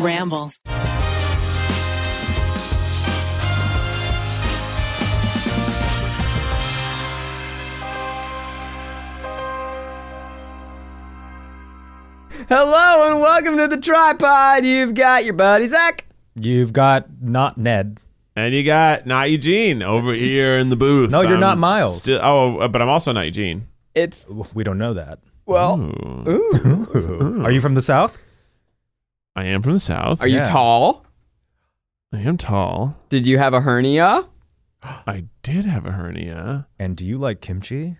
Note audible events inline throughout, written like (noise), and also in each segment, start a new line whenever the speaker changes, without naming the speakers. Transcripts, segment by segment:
Ramble.
Hello and welcome to the tripod. You've got your buddy Zach.
You've got not Ned.
And you got not Eugene over here in the booth.
No, you're not Miles.
still- oh, but I'm also not Eugene.
It's
We don't know that.
well.
Hmm.
Are you from the South?
I am from the south.
Are you
Yeah.
tall?
I am tall.
Did you have a hernia?
I did have a hernia.
And do you like kimchi?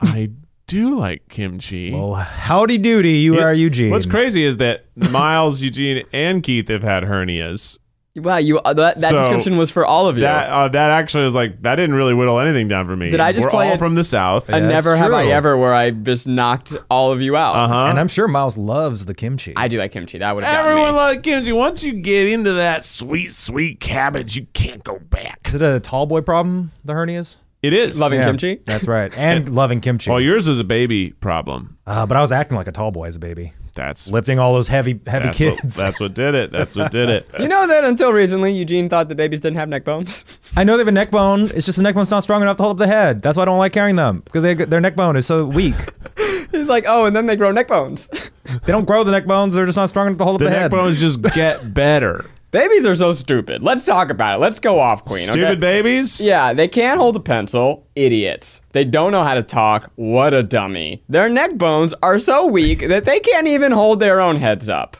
I do like kimchi.
Well, howdy doody, you
Yeah.
are Eugene.
What's crazy is that Miles, Eugene, and Keith have had hernias.
Wow, you uh, that, that
So,
description was for all of you.
That uh, that actually is like that didn't really whittle anything down for me.
Did I just
We're
play
all
a-
from the south.
and
Yeah, that's
never have I
true.
ever where I just knocked all of you out.
Uh huh.
And I'm sure Miles loves the kimchi.
I do like kimchi. That would have
Everyone
gotten me.
likes kimchi. Once you get into that sweet, sweet cabbage, you can't go back.
is it a tall boy problem, the hernias?
It is
Loving kimchi?
That's
(laughs)
right. And loving kimchi.
Well, yours is a baby problem.
uh, but I was acting like a tall boy as a baby,
That's
lifting all those heavy, heavy
that's
kids.
What, that's what did it. That's what did it.
You know that until recently, Eugene thought that babies didn't have neck bones.
(laughs)
(laughs)
I know they have a neck bone. It's just the neck bone's not strong enough to hold up the head. That's why I don't like carrying them because they, their neck bone is so weak.
He's like, oh, and then they grow neck bones. (laughs)
they don't grow the neck bones. They're just not strong enough to hold up
The
the
neck
head.
bones just
(laughs)
get better.
babies are so stupid. Let's talk about it. Let's go off, Queen.
Stupid
okay?
babies.
Yeah, they can't hold a pencil. Idiots. They don't know how to talk. What a dummy. Their neck bones are so weak that they can't even hold their own heads up.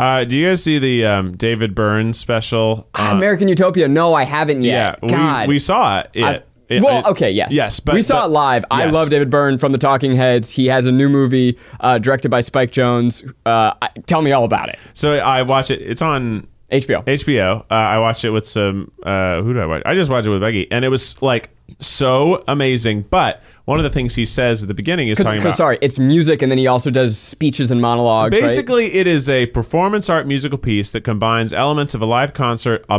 Uh, do you guys see the um, David Byrne special?
Ah,
on-
American Utopia. No, I haven't
yeah,
yet. God.
we we saw it.
I-
It- it-
well,
it-
okay, yes.
yes, but
we saw
but-
it live. I
yes.
love David Byrne from The Talking Heads. He has a new movie uh, directed by Spike Jones. Uh, I, tell me all about it.
So I watch it. It's on
HBO.
HBO. Uh, I watched it with some. Uh, who do I watch? I just watched it with Becky, and it was like so amazing. But one of the things he says at the beginning is talking
'Cause,
about
sorry, it's music, and then he also does speeches and monologues. right?
Basically, it is a performance art musical piece that combines elements of a live concert, a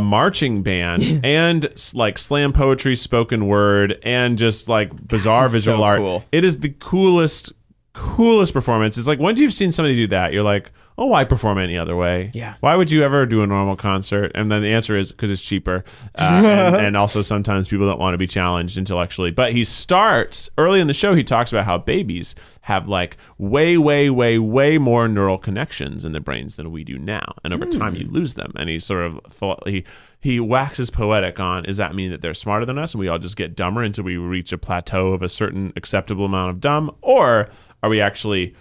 (laughs)
marching band, and s- like slam poetry, spoken word, and just like bizarre visual
so
art.
cool.
It is the coolest, coolest performance. It's like once you've seen somebody do that, you're like, oh, why perform any other way?
Yeah.
Why would you ever do a normal concert? And then the answer is because it's cheaper, uh, and, and also sometimes people don't want to be challenged intellectually. But he starts early in the show. He talks about how babies have like way, way, way, way more neural connections in their brains than we do now, and over time you lose them. And he sort of thought, he he waxes poetic on does that mean that they're smarter than us and we all just get dumber until we reach a plateau of a certain acceptable amount of dumb, or are we actually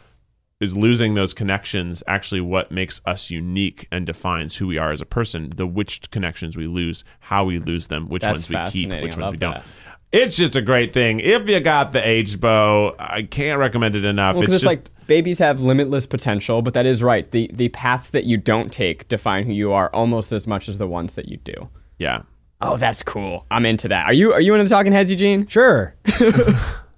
is losing those connections actually what makes us unique and defines who we are as a person the which connections we lose how we lose them which
That's
ones we keep
fascinating.
which
I
ones we
love
don't
that.
it's just a great thing if you got the age bow i can't recommend it enough
Well,
it's,
because it's,
just
like babies have limitless potential, but that is right. The the paths that you don't take define who you are almost as much as the ones that you do.
yeah
Oh, that's cool. I'm into that. Are you are you into the Talking Heads, Eugene?
(laughs)
Sure.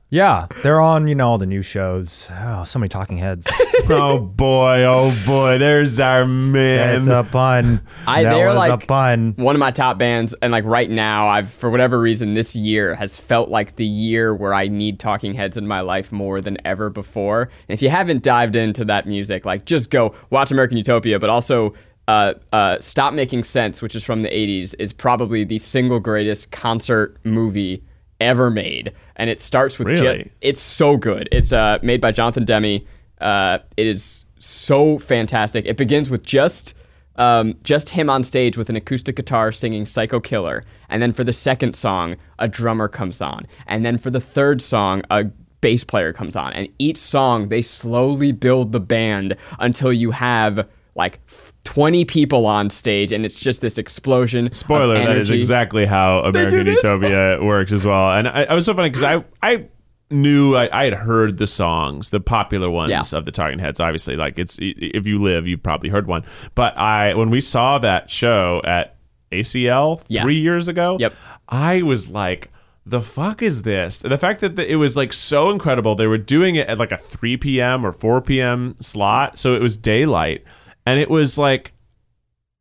yeah, they're on, you know, all the new shows. Oh, so many talking heads.
(laughs) oh boy oh boy there's our man
It's a pun.
I-
that
they're
was
like-
a pun.
One of my top bands, and like right now, I've for whatever reason this year has felt like the year where I need Talking Heads in my life more than ever before. And if you haven't dived into that music, like just go watch American Utopia, but also. Uh, uh, Stop Making Sense, which is from the 80s, is probably the single greatest concert movie ever made, and it starts with ju-
Really?
it's so good. It's uh, made by Jonathan Demme. Uh, it is so fantastic. It begins with just um, just him on stage with an acoustic guitar singing "Psycho Killer," and then for the second song, a drummer comes on, and then for the third song, a bass player comes on, and each song they slowly build the band until you have like. 20 people on stage and it's just this explosion of
spoiler that is
energy.
exactly how american utopia works as well and i, I was so funny because i i knew I, I had heard the songs the popular ones
Yeah.
of the talking heads obviously like it's i- if you live you've probably heard one but i when we saw that show at acl
Yeah.
three years ago
Yep.
i was like the fuck is this? The fact that the, it was like so incredible, they were doing it at like a 3 p.m. or 4 p.m. slot, so it was daylight, and it was like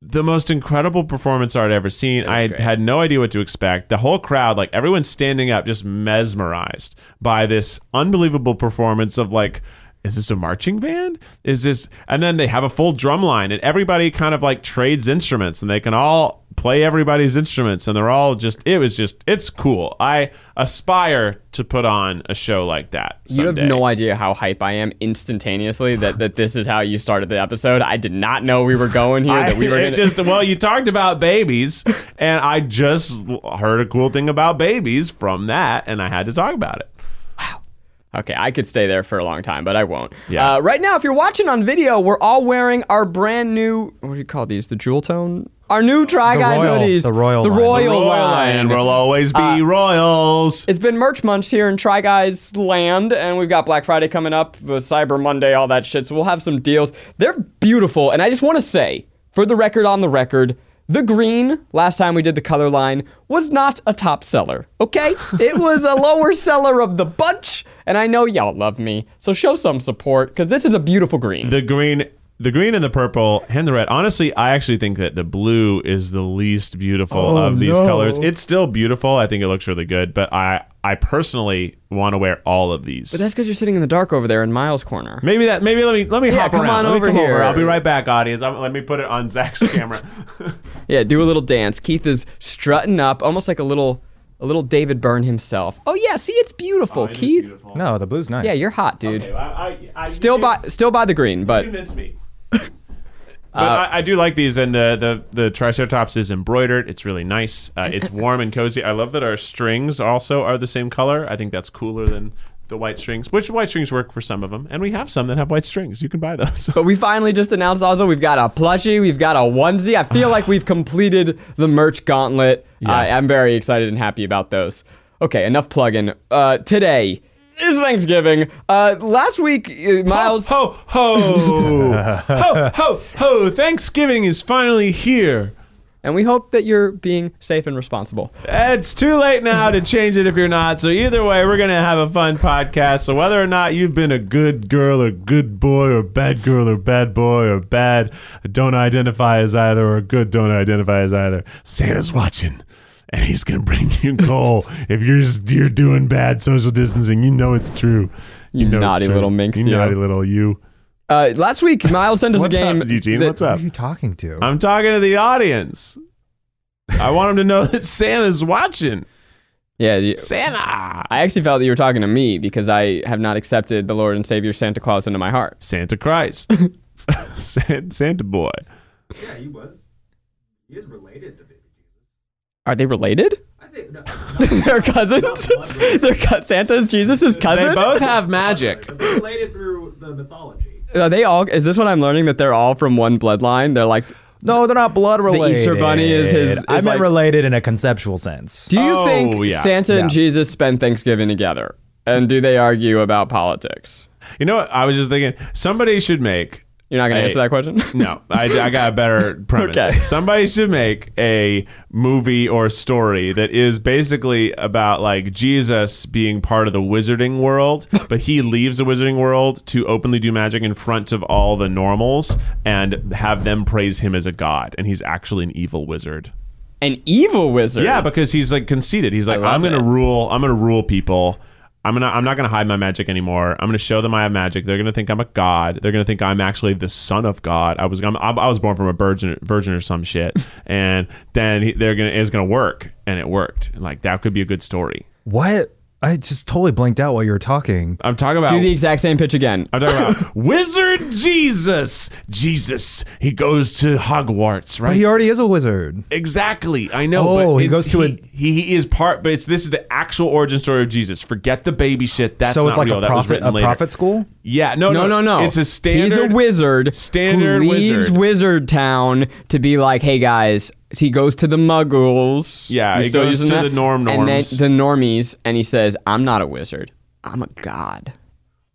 the most incredible performance art I'd ever seen. I
great.
had no idea what to expect. The whole crowd, like everyone's standing up, just mesmerized by this unbelievable performance of like is this a marching band? Is this? And then they have a full drum line, and everybody kind of like trades instruments, and they can all play everybody's instruments, and they're all just. It was just. It's cool. I aspire to put on a show like that.
You have
someday.
no idea how hype I am instantaneously that, that this is how you started the episode. I did not know we were going here. that we were
(laughs) I-
gonna,
it just well, you talked about babies, and I just l- heard a cool thing about babies from that, and I had to talk about it.
Okay, I could stay there for a long time, but I won't.
Yeah.
Uh, right now, if you're watching on video, we're all wearing our brand new. What do you call these? The jewel tone. Our new Try
The
Guys
royal-
hoodies.
the royal
The
line. The
royal,
Royal
line.
and will always be royals.
It's been merch months here in Try Guys land, and we've got Black Friday coming up, uh, Cyber Monday, all that shit. So we'll have some deals. They're beautiful, and I just want to say, for the record, on the record, the green last time we did the color line was not a top seller. Okay, it was a lower seller of the bunch, and I know y'all love me, so show some support because this is a beautiful green.
The green, the green and the purple and the red. Honestly, I actually think that the blue is the least beautiful of these
Oh, no.
colors. It's still beautiful. I think it looks really good, but I, I personally want to wear all of these.
That's because you're sitting in the dark over there in Miles' corner.
Maybe that. Maybe let me let me hop
come
around.
on
Let me
over
come
here.
I'll be right back, audience. I'm, let me put it
(laughs)
on Zach's camera.
Yeah, do a little dance. Keith is strutting up, almost like a little, a little David Byrne himself. Oh yeah, see, it's beautiful,
Oh, It is
Oh, Keith.
beautiful.
No, the blue's nice.
Yeah, you're hot, dude.
Okay, well, I- I- I-
Still
you
by, still by the green, but
convinced me. (laughs) But
Uh,
I, I do like these, and the, the, the Triceratops is embroidered. It's really nice. Uh,
(laughs)
it's warm and cozy. I love that our strings also are the same color. I think that's cooler than the white strings, which white strings work for some of them. And we have some that have white strings. You can buy those. (laughs)
but we finally just announced also we've got a plushie, we've got a onesie. I feel like we've completed the merch gauntlet. I- I'm very excited and happy about those. Okay, enough plugging. Uh, today is Thanksgiving. Uh, last week, uh, Miles.
Ho, (laughs) ho, ho, ho, ho. Thanksgiving is finally here.
And we hope that you're being safe and responsible.
It's too late now to change it if you're not. So either way, we're gonna have a fun podcast. So whether or not you've been a good girl or good boy or bad girl or bad boy or bad, don't identify as either or good, don't identify as either. Santa's watching. And he's gonna bring (laughs) you coal if you're you're doing bad social distancing. You know it's true. You, know
naughty little minx,
You
you.
naughty little you.
Uh, last week, Miles sent us a
What's
game.
up, Eugene?
that-
What's
(laughs)
up?
Who are you talking to?
I'm talking to the audience. I want them to know that Santa's watching.
Yeah, you-
Santa.
I actually felt that you were talking to me because I have not accepted the Lord and Savior Santa Claus into my heart.
Santa (laughs) Christ. San- Santa boy.
Yeah, he was. He is related to Baby Jesus.
Are they related?
I think. No,
(laughs) They're cousins. They're co- Santa's Jesus' cousin.
They both have magic.
but they're related through the mythology.
Are they all? Is this what I'm learning that they're all from one bloodline? They're like.
no, they're not blood related.
Easter Bunny is his-
I
is
meant
like-
related in a conceptual sense.
Do you
Oh,
think
yeah.
Santa and
Yeah.
Jesus spend Thanksgiving together? And do they argue about politics?
You know what? I was just thinking somebody should make.
You're not going to
Hey.
answer that question.
No, I, I got a (laughs) better premise.
Okay.
Somebody should make a movie or story that is basically about like Jesus being part of the wizarding (laughs) world, but he leaves the wizarding world to openly do magic in front of all the normals and have them praise him as a god, and he's actually an evil wizard.
An evil wizard.
Yeah, because he's like conceited. He's like,
love
I'm gonna
it.
rule. I'm gonna rule people. I'm gonna. I'm not gonna hide my magic anymore. I'm gonna show them I have magic. They're gonna think I'm a god. They're gonna think I'm actually the son of God. I was. I'm, I I was born from a virgin, virgin or
(laughs)
some shit. and then he, they're gonna. It's gonna work, and it worked. And like that could be a good story.
What? I just totally blanked out while you were talking.
I'm talking about.
Do the exact same pitch again.
I'm talking
(laughs)
about Wizard Jesus. Jesus, he goes to Hogwarts, right?
But he already is a wizard.
Exactly, I know.
Oh,
but
he
it's-
goes to a-
he, he is part, but it's this is the actual origin story of Jesus. Forget the baby shit. That's
so it's like
not real.
a
that was
prophet,
written
a
later.
prophet school.
Yeah, no,
No,
Oh, no,
no, no.
It's a standard.
He's a wizard.
standard
who leaves
wizard.
Wizard Town to be like, hey guys. He goes to the Muggles.
Yeah,
We're
he
still
goes
using
to
that.
the norm
and then
norms.
the normies, and he says, "I'm not a wizard. I'm a god."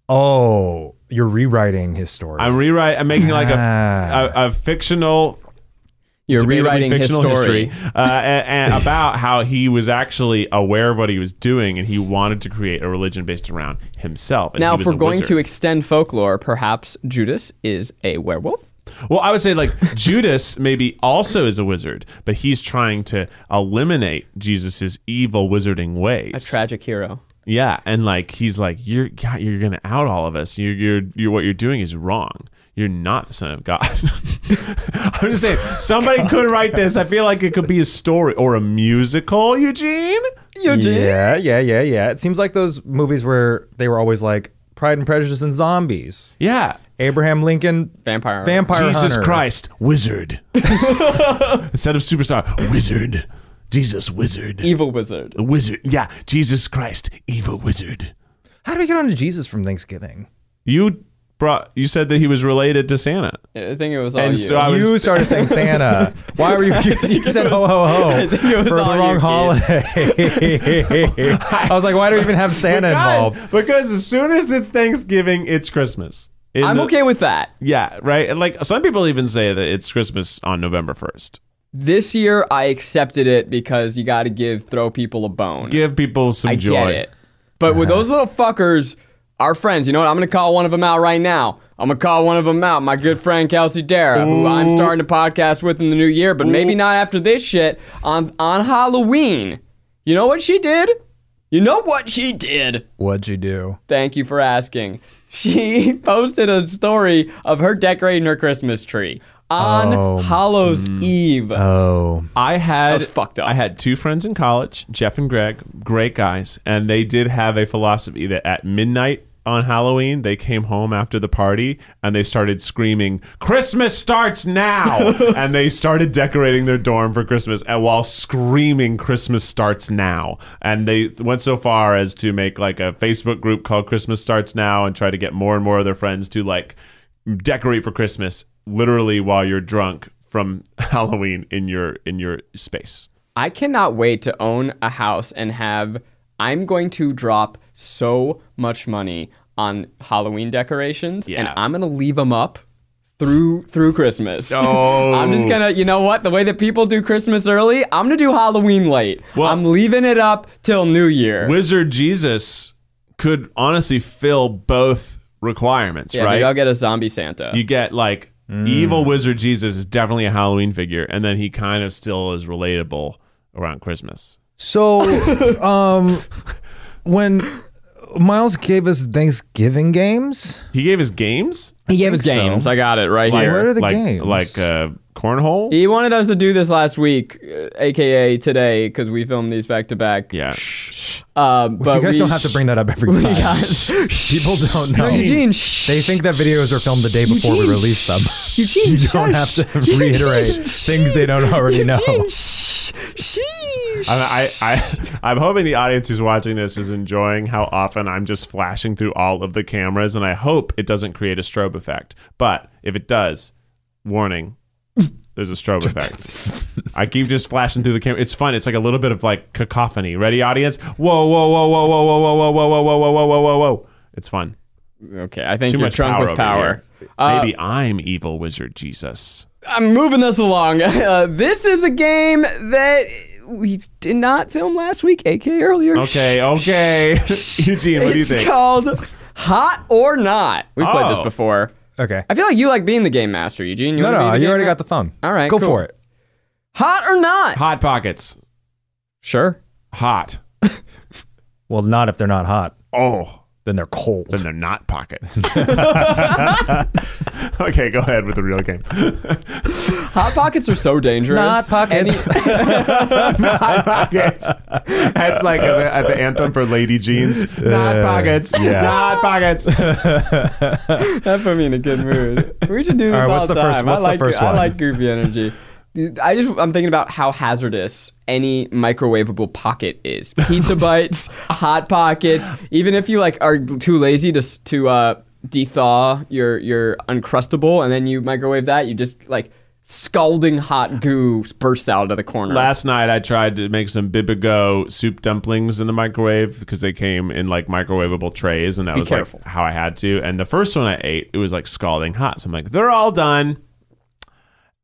Oh, you're rewriting his story.
I'm rewrite. I'm making like
Ah.
a, a a fictional
You're
debatably
rewriting his
fictional
story.
history uh,
(laughs)
and, and about how he was actually aware of what he was doing and he wanted to create a religion based around himself. And
Now,
he
if
was
we're
a
going to
wizard.
extend folklore, perhaps Judas is a werewolf.
Well, I would say like (laughs) Judas maybe also is a wizard, but he's trying to eliminate Jesus's evil wizarding ways.
A tragic hero.
Yeah, and like he's like, you're God, you're gonna out all of us. You're you're you're what you're doing is wrong. You're not the son of God. (laughs) I'm just saying, somebody could write this. I feel like it could be a story or a musical, Eugene.
Yeah, yeah, yeah, yeah. It seems like those movies where they were always like Pride and Prejudice and zombies.
Yeah.
Abraham Lincoln,
Vampire. Hunter.
vampire
Jesus
hunter.
Christ, wizard. Instead of superstar, wizard. Jesus, wizard.
Evil wizard.
The wizard. Yeah, Jesus Christ, evil wizard.
How do we get on to Jesus from Thanksgiving?
You brought. You said that he was related to Santa.
I think it was all
And
you.
so I was-
You started saying Santa.
(laughs)
Why were you? You said ho ho ho
think it
for
was
the
all
wrong
you, (laughs)
holiday. I was like, why do we even have Santa involved?
Guys, because as soon as it's Thanksgiving, it's Christmas. In
I'm
the-
okay with that.
Yeah, right. And like some people even say that it's Christmas on November first.
This year, I accepted it because you got to give throw people a bone.
Give people some
I
joy.
get it. But with those little fuckers, our friends, you know what? I'm going to call one of them out right now. I'm going to call one of them out. My good friend, Kelsey Dara, who I'm starting a podcast with in the new year, but maybe not after this shit. On, on Halloween, you know what she did? You know what she did?
What'd you do?
Thank you for asking. (laughs) She posted a story of her decorating her Christmas tree on
Oh.
Hallows Eve.
Oh,
I had
was fucked up.
I had two friends in college, Jeff and Greg, great guys, and they did have a philosophy that at midnight on Halloween they came home after the party and they started screaming, "Christmas starts
(laughs)
now!" and they started decorating their dorm for Christmas, and while screaming, "Christmas starts now!" and they went so far as to make like a Facebook group called "Christmas Starts Now" and try to get more and more of their friends to like decorate for Christmas literally while you're drunk from (laughs) Halloween in your in your space.
I cannot wait to own a house and have. I'm going to drop so much money on Halloween decorations, and
Yeah.
I'm gonna leave them up through through Christmas. (laughs)
Oh.
I'm just gonna, you know what? The way that people do Christmas early, I'm gonna do Halloween late.
Well-
I'm leaving it up till New Year.
Wizard Jesus could honestly fill both requirements,
yeah,
right?
maybe I'll get a zombie Santa.
you get like
Mm.
evil wizard Jesus is definitely a Halloween figure, and then he kind of still is relatable around Christmas.
so um, when Miles gave us Thanksgiving games,
He gave his games.
he gave
It was games. I got it right
Like-
here.
Where are the
like,
games?
Like uh, cornhole.
He wanted us to do this last week, uh, aka today, because we filmed these back to back.
Yeah.
Um, but
you
(laughs)
guys
we-
don't have to bring that up every time. (laughs) People don't know.
Eugene.
They think that videos are filmed the day before we release them. (laughs)
Eugene,
You don't have
(laughs)
to reiterate things they don't already know.
I, I, (laughs) I, I'm hoping the audience who's watching this is enjoying how often I'm just flashing through all of the cameras, and I hope it doesn't create a strobe effect. But if it does, warning, there's a
(laughs)
strobe effect. I keep just flashing through the camera. It's fun. It's like a little bit of like cacophony. Ready, audience? Whoa, whoa, whoa, whoa, whoa, whoa, whoa, whoa, whoa, whoa, whoa, whoa, whoa, whoa, whoa. It's fun.
Okay, I think
Too
you're
much
drunk
power.
with
over
power.
here.
Uh,
Maybe I'm evil wizard Jesus.
I'm moving this along. (laughs) Uh, this is a game that we did not film last week, aka earlier. (laughs)
Okay, okay. (laughs) Eugene, what do you
it's
think?
called Hot or Not. We have played this
Oh.
before.
Okay.
I feel like you like being the game master, Eugene. You
No,
wanna
no,
be the
you
game
already
ma-
got the phone.
All right,
Go
cool.
for it.
Hot or Not.
Hot pockets.
Sure.
Hot.
Well, not if they're not hot.
Oh.
Then they're cold.
then they're not pockets. (laughs) okay, go ahead with the real game.
Hot pockets are so dangerous.
Not pockets.
Any-
not (laughs) pockets. That's like at the, at the anthem for Lady Jeans. not pockets. Not (laughs) pockets.
that put me in a good
(laughs)
mood. We should do this all,
All right, what's
the
the first-
time.
what's
I
the
like
first
I
one?
like goofy energy. I just I'm thinking about how hazardous any microwavable pocket is.
(laughs)
Pizza bites, hot pockets. Even if you like are too lazy to s- to uh, thaw your your uncrustable and then you microwave that, you just like scalding hot goo bursts out of the corner.
Last night I tried to make some bibigo soup dumplings in the microwave because they came in like microwavable trays, and that was
careful.
like how I had to. And the first one I ate, it was like scalding hot. So I'm like, they're all done.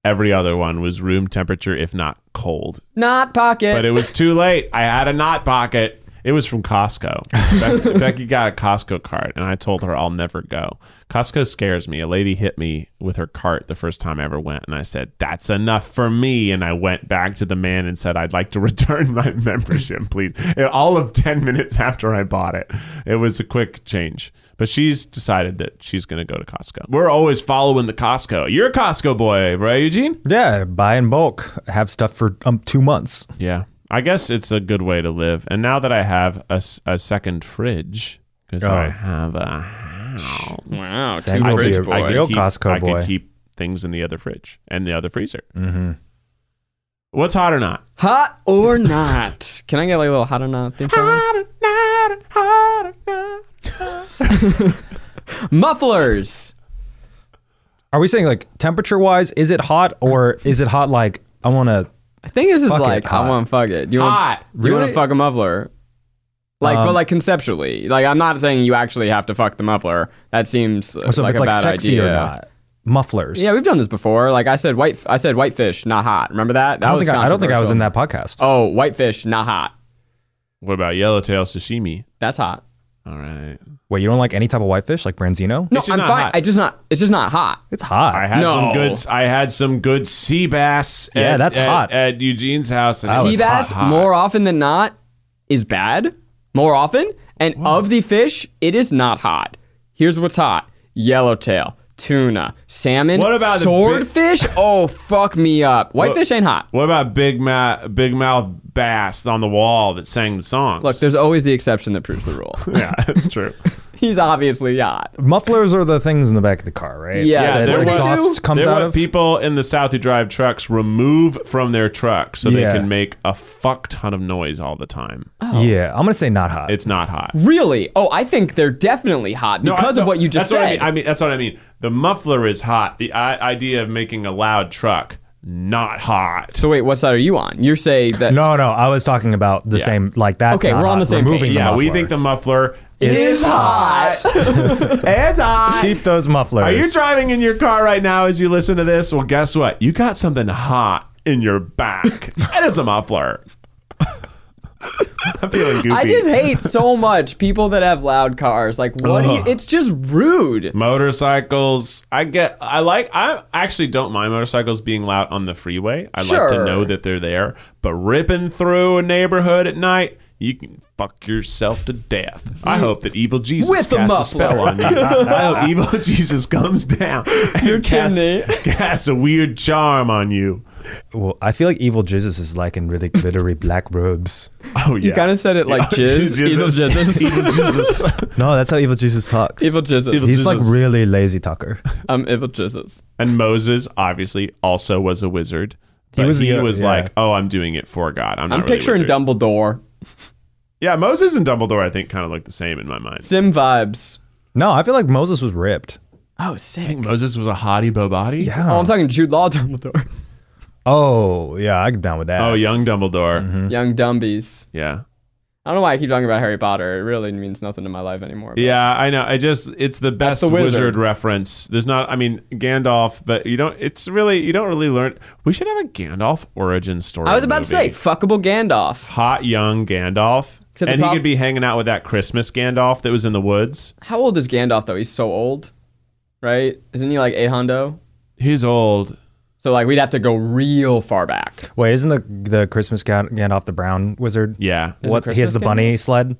Every other one was room temperature, if not cold.
Not pocket.
But it was too late. I had a knot pocket. It was from Costco. Becky, Becky got a Costco cart, and I told her I'll never go. Costco scares me. A lady hit me with her cart the first time I ever went, and I said, That's enough for me. And I went back to the man and said, I'd like to (laughs) return my membership, please. And all of 10 minutes after I bought it, it was a quick change. But she's decided that she's going to go to Costco. We're always following the Costco. You're a Costco boy, right, Eugene?
Yeah, buy in bulk, have stuff for um, two months.
Yeah. I guess it's a good way to live. And now that I have a, s- a second fridge, because I
Oh.
have a house,
Wow,
That
two
will
fridge
be a
boy.
I
Real
can keep,
Costco
I can
boy.
keep things in the other fridge and the other freezer. Mm-hmm. What's hot or not?
Hot or not? Can I get like a little hot or not theme
(laughs)
song?
Hot or not, hot or not.
Mufflers.
Are we saying like temperature wise, is it hot or is it hot like I want to?
I think this is
Fuck it,
like I
hot.
want to fuck it. Do you
Hot.
Want, do you want
Really?
to fuck a muffler? Like, but
Um,
like conceptually, like I'm not saying you actually have to fuck the muffler. That seems uh,
So
like
if it's
a
like
bad
sexy
idea.
or not, mufflers.
Yeah, we've done this before. Like I said, white. I said whitefish, not hot. Remember that? that
I don't
was
think I, I don't think I was
controversial.
in that podcast.
Oh, whitefish, not hot.
What about yellowtail sashimi?
That's hot.
All right.
Wait, you don't like any type of whitefish like
No,
branzino?
It's just
I'm
not
fine.
hot.
I just not. It's just not hot.
It's hot.
I had
No.
some good. I had some good sea bass.
Yeah,
at-
that's
at-
hot.
at Eugene's house.
That was
sea bass
hot, hot.
more often than not is bad more often and of the fish it is not hot here's what's hot yellowtail tuna salmon
What about the (laughs)
swordfish oh fuck me up whitefish ain't hot
What about Big Ma- Big Mouth Bass on the wall that sang the songs?
look there's always the exception that proves the rule
(laughs) yeah, that's true.
he's obviously hot
Mufflers are the things in the back of the car, right?
Yeah,
Yeah,
that
they're what-
exhaust comes
They're
out
what
of.
people in the South who drive trucks remove from their truck so
Yeah.
they can make a fuck ton of noise all the time.
Oh.
Yeah, I'm gonna say not hot.
It's not hot.
really oh i think they're definitely hot
No,
because
I-
of what you just
that's
said
I mean. I mean, that's what I mean. The muffler is hot. The I- idea of making a loud truck, not hot.
so wait what side are you on you're saying that
no, no, I was talking about the same. Like that's
Okay,
not
we're on
hot.
the same
Removing
page.
the
yeah, we
muffler.
think the muffler is.
it's hot
(laughs)
it's hot
keep those mufflers.
Are you driving in your car right now as you listen to this? Well, guess what? You got something hot in
(laughs)
your back, and it's a muffler. (laughs) I'm feeling goofy.
I just hate so much people that have loud cars. Like, what? Do you,
Ugh.
it's just rude.
motorcycles. I get. I like. I actually don't mind motorcycles being loud on the freeway. I like to
Sure.
know that they're there. But ripping through a neighborhood at night. You can fuck yourself to death. I hope that evil Jesus
With the
casts a spell on
muffler.
you.
(laughs)
I hope evil Jesus comes down and
Your
casts,
chimney.
casts a weird charm on you.
Well, I feel like evil Jesus is like in really glittery black robes.
(laughs)
Oh yeah.
You kind of said it
(laughs)
like jizz. Evil jizzes.
Evil Jesus.
No, that's how evil Jesus talks.
Evil jizzes.
Evil-
He's
Jesus.
like really lazy talker. (laughs)
um, evil jizzes.
and Moses obviously also was a wizard. But he was,
was
he
the-
was
yeah.
like, oh, I'm doing it for God. I'm not
I'm
really a
picturing
wizard."
Dumbledore.
Yeah, Moses and Dumbledore, I think, kind of look the same in my mind.
Sim vibes.
No, I feel like Moses was ripped.
Oh, sick.
Moses was a hottie bobati. Yeah.
Oh, I'm talking Jude Law (laughs) Dumbledore.
Oh, yeah, I get down with that.
Oh, young Dumbledore.
Young Dumbies.
Yeah.
I don't know why I keep talking about Harry Potter. It really means nothing to my life anymore. but-
Yeah, I know. I just it's the best
the
wizard.
wizard.
reference. There's not I mean Gandalf, but you don't it's really you don't really learn we should have a Gandalf origin story.
I was about
movie.
to say, fuckable Gandalf.
hot young Gandalf.
Except the
and he
prob-
could be hanging out with that Christmas Gandalf that was in the woods.
How old is Gandalf, though? He's so old, right? Isn't he like 8 hundo?
He's old.
So, like, we'd have to go real far back.
Wait, isn't the the Christmas Gan- Gandalf the brown wizard?
Yeah.
it
What he
Christmas
has the bunny sled?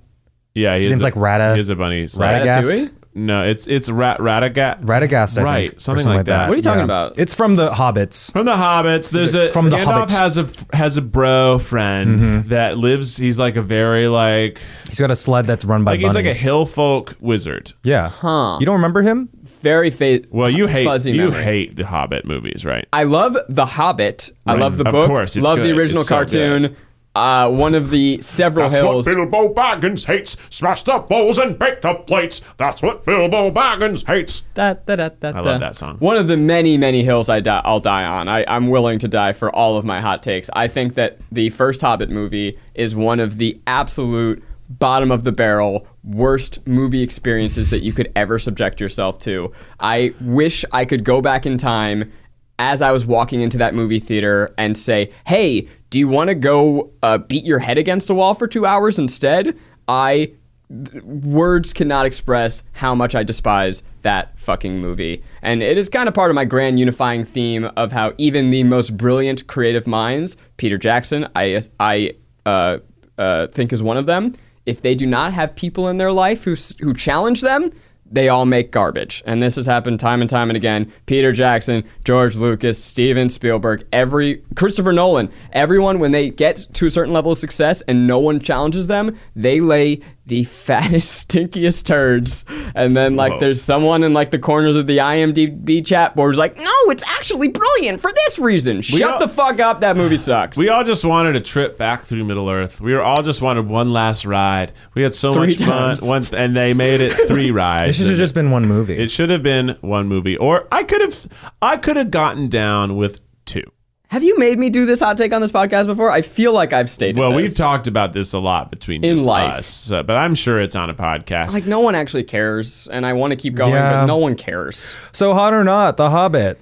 Yeah, he
Seems
is a-
like Rata-
He is a bunny.
Radagast?
Ratatouille?
No, it's it's Rat Radagast.
Radagast, I
Right,
think. or
something like that.
What are you talking
Yeah.
about?
It's from the Hobbits.
From the Hobbits, Mm-hmm. there's a
From the
Gandalf
Hobbits.
has a has a bro friend that lives. He's like a very like
He's got a sled that's run by
like he's
bunnies.
like a hill folk wizard.
Yeah. Huh. You don't remember him?
Very fa- (laughs)
Well, you hate
fuzzy
you
memory.
hate the Hobbit movies, right?
I love The Hobbit. I
Right.
love the
Of
book.
course, it's
love the
good.
original
It's so
cartoon. uh, one of the several hills.
Bilbo Baggins hates. Smash the bowls and break the plates. That's what Bilbo Baggins hates.
Da, da, da, da,
I love that song.
One of the many, many hills I die, I'll die on. I, I'm willing to die for all of my hot takes. I think that the first Hobbit movie is one of the absolute bottom of the barrel worst movie experiences that you could ever subject yourself to. I wish I could go back in time as I was walking into that movie theater and say, "Hey, do you want to go uh, beat your head against the wall for two hours instead?" I th- words cannot express how much I despise that fucking movie. And it is kind of part of my grand unifying theme of how even the most brilliant creative minds, Peter Jackson, I I uh, uh, think is one of them. If they do not have people in their life who s- who challenge them, they all make garbage. And this has happened time and time and again. Peter Jackson, George Lucas, Steven Spielberg, every Christopher Nolan, everyone when they get to a certain level of success and no one challenges them, they lay the (laughs) fattest, stinkiest turds. And then like
Whoa.
there's someone in like the corners of the IMDb chat board who's like, "No, it's actually brilliant for this reason. Shut
all-
the fuck up. That movie sucks."
We all just wanted a trip back through Middle Earth. We were all just wanted one last ride. We had so
Three
much
times.
fun, one, and they made it (laughs) three
It
rides.
should have just been one movie.
It should have been one movie, or I could have, I could have gotten down with two.
have you made me do this hot take on this podcast before? I feel like I've stated
Well,
this.
we've talked about this a lot between
In
just
life.
us, uh, but I'm sure it's on a podcast.
like no one actually cares and I want to keep going,
Yeah.
but no one cares.
so hot or not, The Hobbit.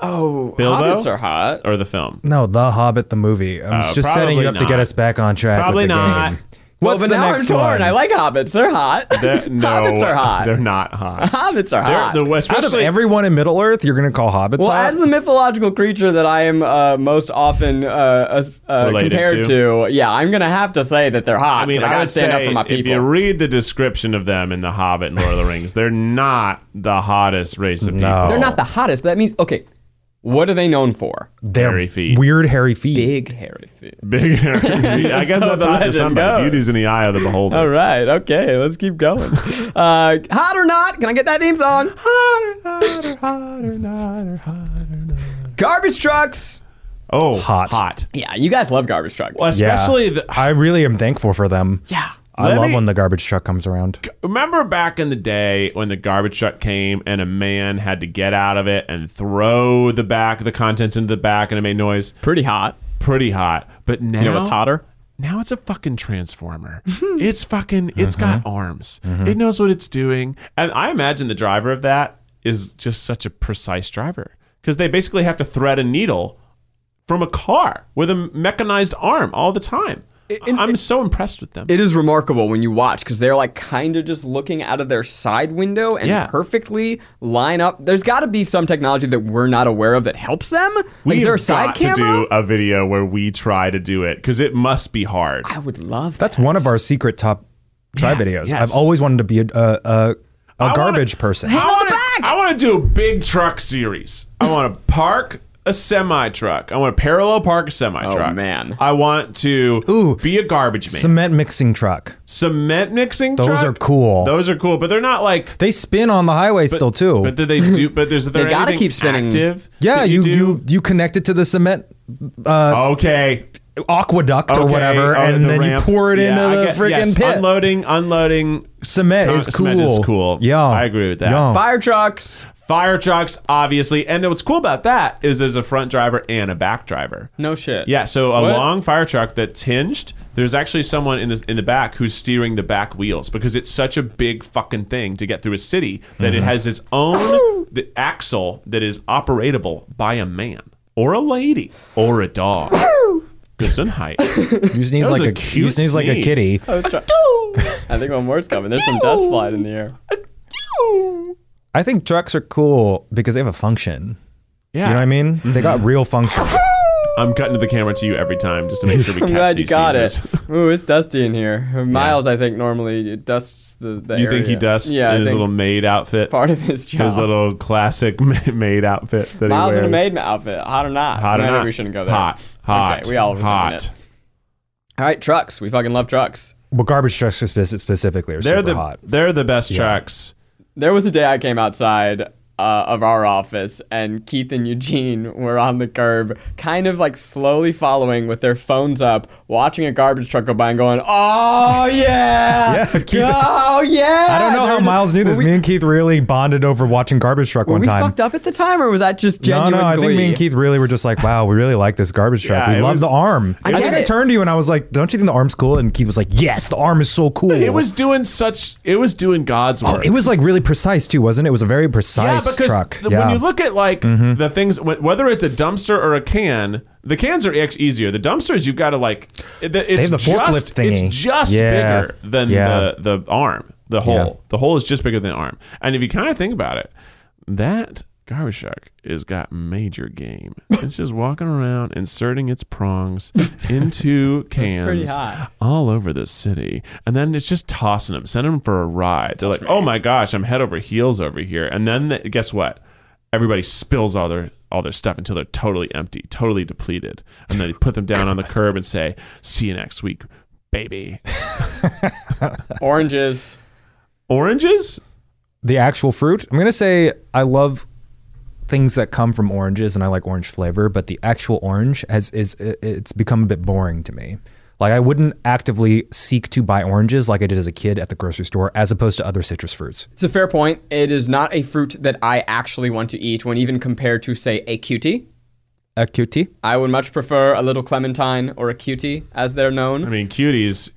Oh,
Bilbo?
hobbits are hot.
or the film.
No, The Hobbit, the movie. I'm
Uh,
just setting
probably
you up to get
not.
us back on track.
Probably
with the
not.
Game.
Well,
What's
but
the
now I'm
next
torn.
one?
I like hobbits. They're hot. (laughs)
They're- no,
hobbits are hot.
(laughs) They're not hot.
hobbits are
They're
hot.
the West.
Out of
especially-
everyone in Middle Earth, you're gonna call hobbits.
well,
hot?
as the mythological creature that I am uh, most often uh, uh, uh,
Related
compared to, yeah, I'm gonna have to say that they're hot.
I mean,
but I
I
gotta
would
stand up
say
for my
if you
people.
read the description of them in The Hobbit and Lord of the Rings, they're not the hottest race of
No.
people.
they're
(laughs)
not the hottest, but that means okay. What are they known for?
They're
hairy feet.
Weird hairy feet.
Big hairy feet.
Big
(laughs)
hairy feet. I guess
So
that's
the
hot to
legend
somebody.
goes.
Beauty's in the eye of the beholder.
All right. Okay. Let's keep (laughs) going. uh, hot or not? Can I get that theme song? Garbage trucks.
Oh,
Hot.
hot.
Yeah, you guys love garbage trucks.
Well,
Yeah.
especially the,
I really am thankful for them.
Yeah.
I
Let
love
me-
when the garbage truck comes around.
remember back in the day when the garbage truck came and a man had to get out of it and throw the back the contents into the back and it made noise.
Pretty hot.
Pretty hot. But now
You know what's hotter? Mm-hmm.
Now it's a fucking transformer. it's fucking It's got arms. It knows what it's doing. And I imagine the driver of that is just such a precise driver because they basically have to thread a needle from a car with a mechanized arm all the time. I'm so impressed with them.
It is remarkable when you watch because they're like kind of just looking out of their side window and
Yeah.
perfectly line up. There's got to be some technology that we're not aware of that helps them. like, is there a side
got to
camera?
do a video where we try to do it because it must be hard.
I would love
That's
that.
one of our secret top try videos.
yes.
I've always wanted to be a a, a, a
I wanna-
garbage person.
I
on the
wanna-
back.
I want to do a big truck series. I want to park a semi truck. I want to parallel park a semi truck.
man.
I want to
Oh, Ooh.
be a garbage man.
Cement mixing truck.
Cement mixing.
Those
truck?
are cool.
Those are cool, but they're not like.
They spin on the highway still too.
But do they do? But
(laughs)
there's they
gotta keep spinning.
Active
yeah,
that
you
do?
you you connect it to the cement uh,
okay.
aqueduct or
okay,
whatever,
oh,
and
the
then
ramp.
you pour it
Yeah, I
into the
get-
freaking
yes,
pit.
Unloading, unloading.
Cement is
Cement is
cool.
cool.
Yeah,
I agree with that.
Yeah.
fire trucks.
Fire trucks, obviously. And then what's cool about that is there's a front driver and a back driver.
No shit.
Yeah, so a
What?
long fire truck that's hinged. There's actually someone in the in the back who's steering the back wheels because it's such a big fucking thing to get through a city that
Mm-hmm.
it has its own the axle that is operatable by a man or a lady or a dog.
(laughs)
Gesundheit.
You sneeze
That
like
was a
a, you
cute
sneeze like a
sneeze.
kitty.
I, was try- I think one more's coming. There's some dust flying in the air.
I think trucks are cool because they have a function.
Yeah,
You
Mm-hmm.
know what I mean? They got real function.
I'm cutting to the camera to you every time just to make sure
(laughs)
we
I'm
catch
glad you
these
got
sneezes. (laughs)
it. Ooh, it's dusty in here. Miles, I think normally it dusts the. the
Do you think he
area.
dusts
Yeah, I
in his
think
little maid outfit?
part of his job.
(laughs) His little classic (laughs) maid outfit that he
Miles
wears.
in a maid outfit, hot or not?
Hot or
Maybe
not?
We shouldn't go there.
Hot, hot,
Okay, we all agree on
hot.
it. All right, trucks. We fucking love trucks.
But garbage trucks are speci- specifically are
They're
super
the
hot.
they're the best trucks.
There was a day I came outside uh, of our office, and Keith and Eugene were on the curb, kind of like slowly following with their phones up, watching a garbage truck go by and going, "Oh yeah,
Yeah,
(laughs)
Keith-
oh yeah."
I don't
Ah,
know how
They're-
Miles knew
were
this.
We,
me and Keith really bonded over watching garbage truck
were
one
we
time.
fucked up at the time, or was that just
No,
genuine?
no, I think me
glee?
and Keith really were just like, wow, we really like this garbage truck.
Yeah,
we
it
love
was-
the arm. I,
get
think I
it.
turned to you and I was like, don't you think the arm's cool? And Keith was like, yes, the arm is so cool.
It was doing such. It was doing God's work.
Oh, It was like really precise too, wasn't it? It was a very precise truck.
the-
yeah. Mm-hmm.
when you look at like the things, wh- whether it's a dumpster or a can, The cans are ex- easier. The dumpsters, you've got to like. It, the- it's
have the forklift
just,
thingy.
It's just
Yeah.
bigger than
Yeah.
the the arm, the hole.
Yeah.
The hole is just bigger than the arm. And if you kind of think about it, that garbage truck has got major game. It's just walking around inserting its prongs into cans
pretty hot.
all over the city, and then it's just tossing them, sending them for a ride. They're like, "Oh my gosh, I'm head over heels over here," and then the, guess what? Everybody spills all their all their stuff until they're totally empty, totally depleted, and then they put them down on the curb and say, "See you next week, baby."
Oranges.
Oranges?
the actual fruit. I'm gonna say I love things that come from oranges, and I like orange flavor. But the actual orange has is it- it's become a bit boring to me. Like I wouldn't actively seek to buy oranges like I did as a kid at the grocery store, as opposed to other citrus fruits.
It's a fair point. It is not a fruit that I actually want to eat when even compared to, say, a cutie.
A cutie.
I would much prefer a little clementine or a cutie, as they're known.
I mean, cuties.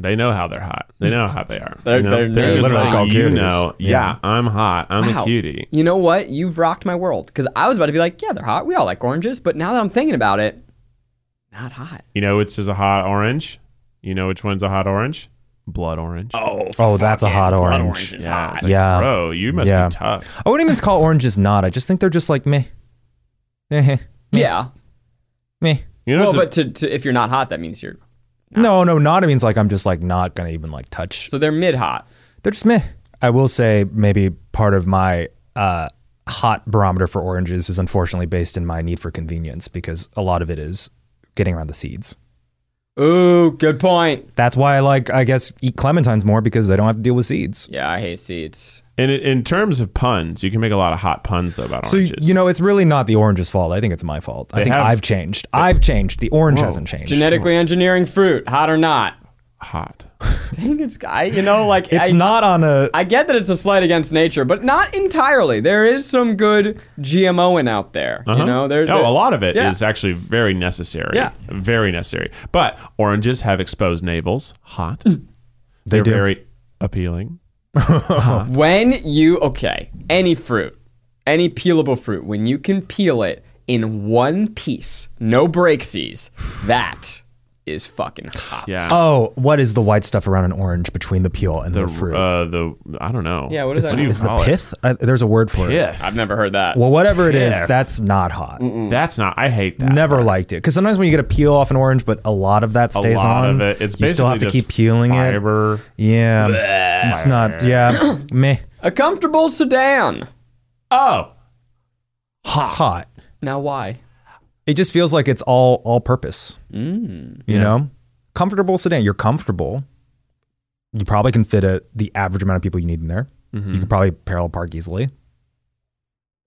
They know how they're hot. They know how hot they are.
They're-
you know?
they're named
just
literally
like,
called
you
cuties.
know. Yeah.
Yeah.
I'm hot. I'm
Wow.
a cutie.
You know what? You've rocked my world. Because I was about to be like, yeah, they're hot. We all like oranges. But now that I'm thinking about it, not hot.
You know, which is a hot orange. You know which one's a hot orange? Blood orange.
Oh,
Oh, that's a hot orange.
Yeah, it's
Yeah.
Bro, you must
Yeah.
be tough.
I wouldn't even call oranges not. I just think they're just like (laughs) meh, meh,
Yeah.
meh.
You know,
Well,
it's a-
but to, to, if you're not hot, that means you're.
No, no, not. It means like I'm just like not gonna even like touch
So they're mid hot.
They're just meh. I will say maybe part of my uh, hot barometer for oranges is unfortunately based in my need for convenience because a lot of it is getting around the seeds.
Ooh, good point.
That's why I like, I guess, eat clementines more because I don't have to deal with seeds.
Yeah, I hate seeds.
in in terms of puns, you can make a lot of hot puns though about
So y-
oranges.
you know, it's really not the orange's fault. I think it's my fault. I
They
think
have-
I've changed. I've changed. The orange hasn't changed.
Genetically engineering fruit, hot or not.
hot.
I think it's, I, you know, like.
it's
I,
not on a.
I get that it's a slight against nature, but not entirely. There is some good GMOing out there.
Uh-huh.
You know, there.
no, a lot of it is
yeah.
actually very necessary.
Yeah.
very necessary. But oranges have exposed navels. Hot.
They
They're
do.
very appealing. uh-huh.
When you okay, any fruit, any peelable fruit, when you can peel it in one piece, no breaksies, that is fucking
(sighs)
hot.
Yeah,
Oh, what is the white stuff around an orange between the peel and the, fruit?
Uh, Uh, the I don't know.
Yeah, what is
It's-
that?
do you
It's
the
call it?
pith? Uh, there's a word for it.
Pith.
I've never heard that.
Well, whatever it is,
Pith.
that's not hot.
Mm.
That's not. I hate that.
Never liked it because sometimes when you get a peel off an orange, but a lot of that
a
stays
lot
on.
of it. It's
you still have to
basically
keep
just
peeling it.
fiber.
Yeah, it's not. Yeah,
(coughs)
meh.
a comfortable sedan.
Oh,
Hot. Hot.
Now why?
It just feels like it's all all purpose.
Mm.
You know, comfortable sedan. You're comfortable. You probably can fit a the average amount of people you need in there.
Mm-hmm.
You could probably parallel park easily.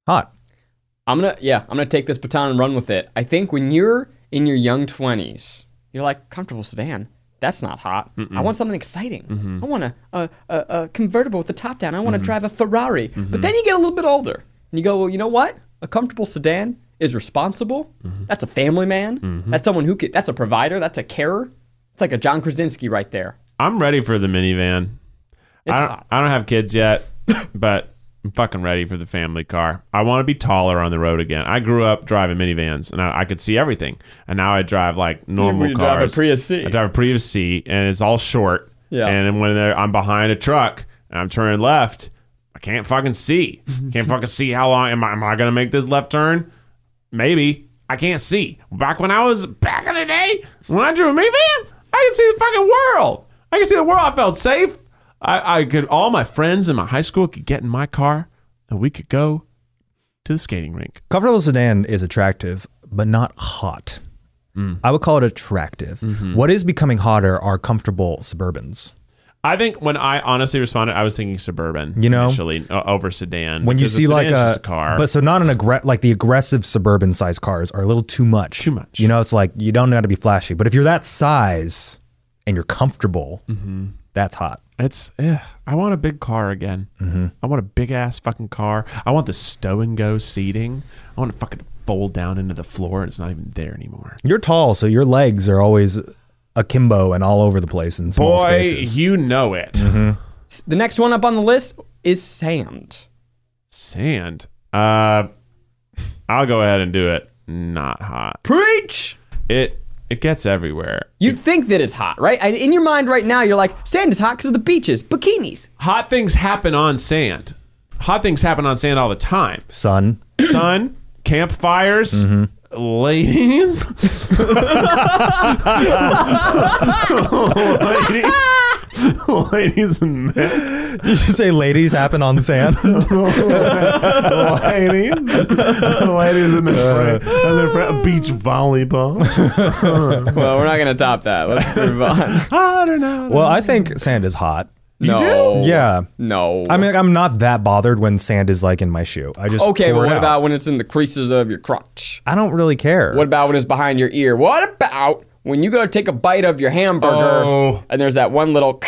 Hot.
I'm gonna yeah, I'm gonna take this baton and run with it. I think when you're in your young twenties, you're like comfortable sedan. That's not hot. I want something exciting. I want a, a, a, a convertible with the top down. I want to drive a Ferrari. But then you get a little bit older and you go, well, you know what? A comfortable sedan is responsible. That's a family man. That's someone who could. That's a provider. That's a carer. It's like a John Krasinski right there.
I'm ready for the minivan.
It's
I don't,
hot.
I don't have kids yet, (coughs) but I'm fucking ready for the family car. I want to be taller on the road again. I grew up driving minivans, and I, I could see everything. And now I drive like normal
you drive a
cars.
Prius C.
I drive a Prius C, and it's all short.
Yeah.
And then when they're- I'm behind a truck and I'm turning left, I can't fucking see. Can't fucking see how long am I? Am I gonna make this left turn? Maybe I can't see. Back when I was back in the day, when I drew a minivan, I could see the fucking world. I could see the world. I felt safe. I, I could. All my friends in my high school could get in my car, and we could go to the skating rink.
Comfortable sedan is attractive, but not hot.
Mm.
I would call it attractive.
Mm-hmm.
What is becoming hotter are comfortable Suburbans.
I think when I honestly responded, I was thinking suburban.
You know,
initially uh, over sedan.
When you
because
see
the
like
sedan's
a,
just a car,
but so not an aggre- like the aggressive suburban size cars are a little too much.
Too much.
You know, it's like you don't know how to be flashy, but if you're that size and you're comfortable,
Mm-hmm.
that's hot.
It's yeah. I want a big car again.
Mm-hmm.
I want a big ass fucking car. I want the stow and go seating. I want to fucking fold down into the floor and it's not even there anymore.
You're tall, so your legs are always akimbo and all over the place in small
Boy,
spaces.
you know it.
S- The next one up on the list is sand.
Sand. Uh, I'll go ahead and do it. not hot.
Preach.
It it gets everywhere.
You think that it's hot, right? And in your mind right now, you're like, sand is hot because of the beaches, bikinis.
Hot things happen on sand. Hot things happen on sand all the time.
Sun. (laughs)
Sun, campfires, ladies. ladies. (laughs) Ladies and men.
Did you say ladies happen on
(laughs)
sand?
Ladies. (laughs) Ladies and their, friend, and their friend. Beach volleyball.
Well, we're not gonna top that. (laughs) Let's move on.
I don't know.
well, I think sand is hot.
You
do?
Yeah.
No.
I mean, I'm not that bothered when sand is like in my shoe. I just
okay, but
pour it
what
out.
about when it's in the creases of your crotch?
I don't really care.
What about when it's behind your ear? What about when you go to take a bite of your hamburger
Oh.
and there's that one little?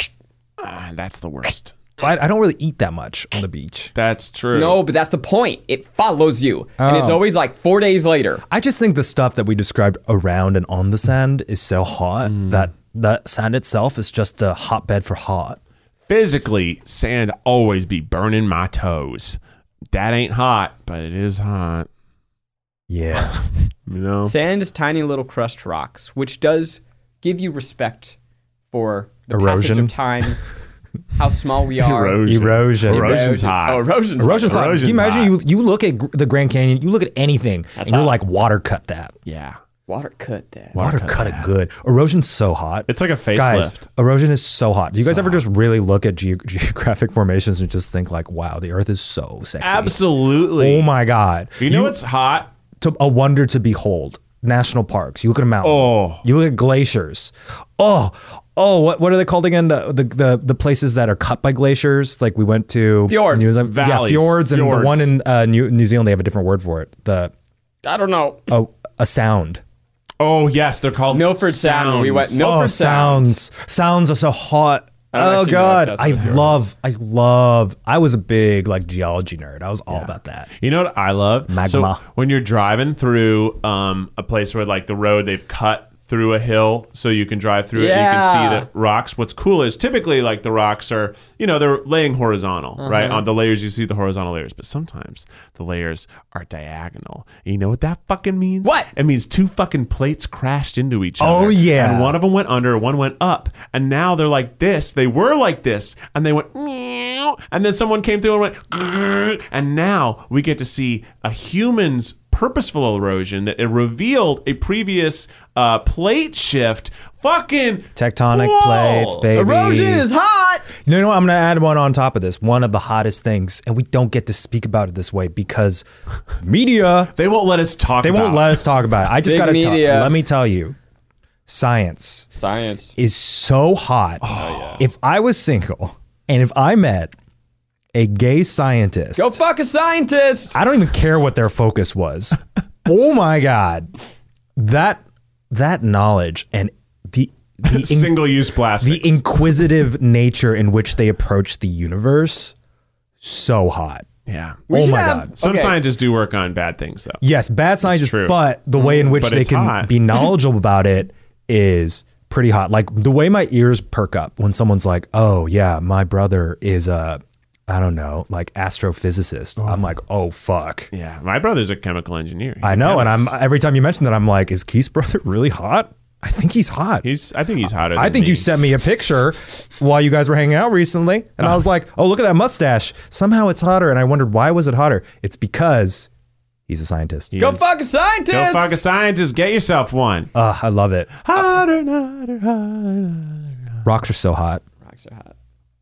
Ah, that's the worst.
I, I don't really eat that much on the beach.
That's true.
No, but that's the point. It follows you, and it's
Oh.
always like four days later.
I just think the stuff that we described around and on the sand is so hot that that sand itself is just a hotbed for hot.
physically, sand always be burning my toes. That ain't hot, but it is hot.
Yeah.
You know?
Sand is tiny little crushed rocks, which does give you respect for the passage
Erosion.
of
(laughs)
time, how small we are.
Erosion.
Erosion.
Erosion's hot.
Oh, erosion's,
Erosion's hot. Can
Erosion's
you imagine
hot.
you you look at gr- the Grand Canyon, you look at anything, and you're
hot.
like water cut that.
Yeah.
Water cut that.
Water cut it good. Erosion's so hot.
It's like a facelift.
Guys, erosion is so hot. Do you guys ever just really look at ge- (laughs) geographic formations and just think like, "Wow, the Earth is so sexy."
Absolutely.
Oh my god.
you know what's hot?
to a wonder to behold. National parks. You look at a mountain.
Oh.
You look at glaciers. Oh, oh, what what are they called again? The the the, the places that are cut by glaciers. Like we went to
Fjord.
New Zealand. Yeah,
Valleys.
fjords, and the
Fjords.
one in uh, New New Zealand. They have a different word for it. The
I don't know.
oh, a sound.
Oh yes, they're called
Milford Sound. We went
sounds.
Milford
oh, sounds. Sounds are so hot.
don't actually know
Oh
if
god, I
that's the
love, I love. I was a big like geology nerd. I was all about that.
You know what I love?
Magma.
So when you're driving through um, a place where like the road they've cut through a hill so you can drive through it and you
Yeah.
can see the rocks. What's cool is typically like the rocks are, you know, they're laying horizontal,
Uh-huh.
right? On the layers you see the horizontal layers, but sometimes the layers are diagonal. And you know what that fucking means?
What?
It means two fucking plates crashed into each
Oh,
other.
yeah.
And one of them went under, one went up, and now they're like this. They were like this, and they went meow, and then someone came through and went, grrr, and now we get to see a human's purposeful erosion that it revealed a previous uh, plate shift. Fucking
Tectonic
cool.
plates, baby.
Erosion is hot.
You know what? I'm going to add one on top of this. One of the hottest things, and we don't get to speak about it this way because media,
They won't let us talk.
they won't let us talk about it. I just
Big
got to tell
media.
Let me tell you, science
Science.
is so hot.
Oh,
If I was single and if I met a gay scientist,
Go fuck a scientist.
I don't even care what their
(laughs)
focus was. oh my God. That, that knowledge and the,
(laughs)
the in-
Single use plastics.
the inquisitive nature in which they approach the universe so hot
yeah.
oh
should
my
have-
god
Some
Okay.
scientists do work on bad things though.
yes bad scientists
true. Mm,
but the way in which
but
they
it's
can
hot. (laughs)
be knowledgeable about it is pretty hot like the way my ears perk up when someone's like oh yeah my brother is a i don't know like astrophysicist i'm like oh fuck
Yeah. My brother's a chemical engineer. He's
i
a
know and i'm
chemist.
every time you mention that i'm like is keith's brother really hot i think he's hot
He's. I think he's hotter.
I
than
think
me.
you sent me a picture while you guys were hanging out recently, and I was like, "Oh, look at that mustache! Somehow it's hotter." And I wondered why was it hotter? It's because he's a scientist.
Go fuck a scientist.
Go fuck a scientist. Get yourself one.
Ugh, I love it.
Hotter, hotter, hotter.
Rocks are so hot.
Rocks are hot.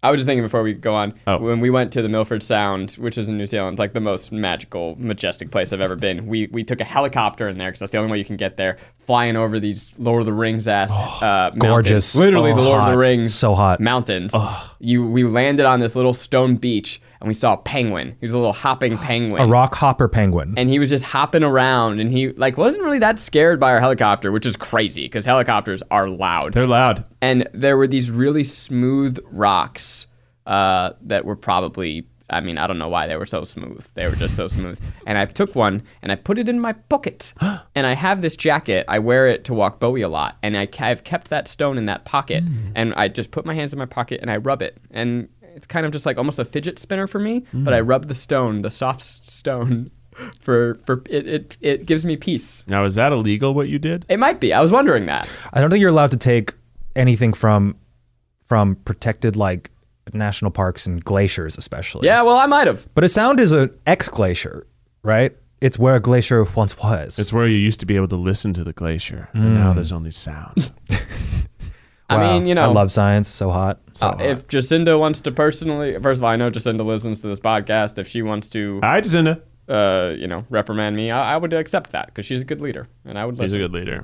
I was just thinking before we go on,
Oh.
when we went to the Milford Sound, which is in New Zealand, like the most magical, majestic place I've ever been, we, we took a helicopter in there because that's the only way you can get there, flying over these Lord of the Rings ass uh, mountains.
Oh, gorgeous.
Literally
Oh,
the Lord of
hot.
the Rings
So hot.
mountains. You We landed on this little stone beach and we saw a penguin. He was a little hopping penguin.
(gasps) A rock hopper penguin.
and he was just hopping around and he like wasn't really that scared by our helicopter which is crazy because helicopters are loud
They're loud.
and there were these really smooth rocks uh, that were probably i mean i don't know why they were so smooth they were just so smooth and i took one and i put it in my
(gasps)
pocket and i have this jacket i wear it to walk bowie a lot and I, have kept that stone in that pocket
Mm.
and i just put my hands in my pocket and i rub it
Mm.
and it's kind of just like almost a fidget spinner for me but i rub the stone (laughs) the soft s- stone for for it, it it gives me peace.
Now, is that illegal what you did?
It might be. I was wondering that.
I don't think you're allowed to take anything from from protected like national parks and glaciers, especially.
Yeah, well, I might have.
But a sound is an ex glacier, right? It's where a glacier once was.
It's where you used to be able to listen to the glacier. And
Hmm.
now there's only sound. (laughs)
I
Wow.
mean, you know,
I love science. So hot.
uh, if Jacinda wants to personally, first of all, I know Jacinda listens to this podcast. If she wants to,
Hi, Jacinda.
Ah.
uh, you know, reprimand me, I, I would accept that because she's a good leader, and I would
He's a
listen.
good leader.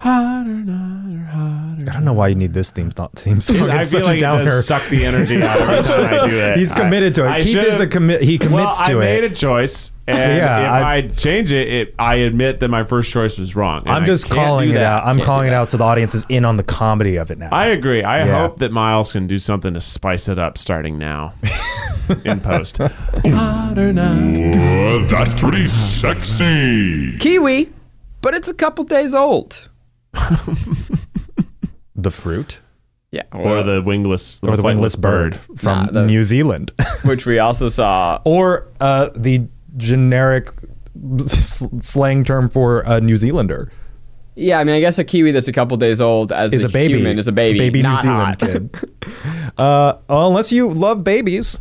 Hotter, hotter, hotter.
I don't know why you need this theme, th- theme song. It's
(laughs) I
such a
feel like it
downer.
does suck the energy out of every
(laughs)
time I do it.
He's committed to it.
I
Keith
should've-
is a commit. He commits
well,
to
I
it.
made
(laughs)
a choice, and
Yeah,
if I,
I-
change it, it, I admit that my first choice was wrong. and
I'm
I
just
can't
calling
do
it
that.
out. I'm calling it out so the audience is in on the comedy of it now.
I agree. I
Yeah.
hope that Miles can do something to spice it up
(laughs)
starting now in post.
Whoa, that's pretty sexy.
Kiwi, but it's a couple days old.
the fruit
Yeah,
Or the wingless
or the wingless bird from
Nah, the-
New Zealand, (laughs)
which we also saw.
or uh, the generic s- slang term for a New Zealander
Yeah, I mean, I guess a kiwi that's a couple days old as
is
the
a baby.
human is a baby,
baby
not
New Zealand
hot. (laughs)
kid. Uh, well, unless you love babies,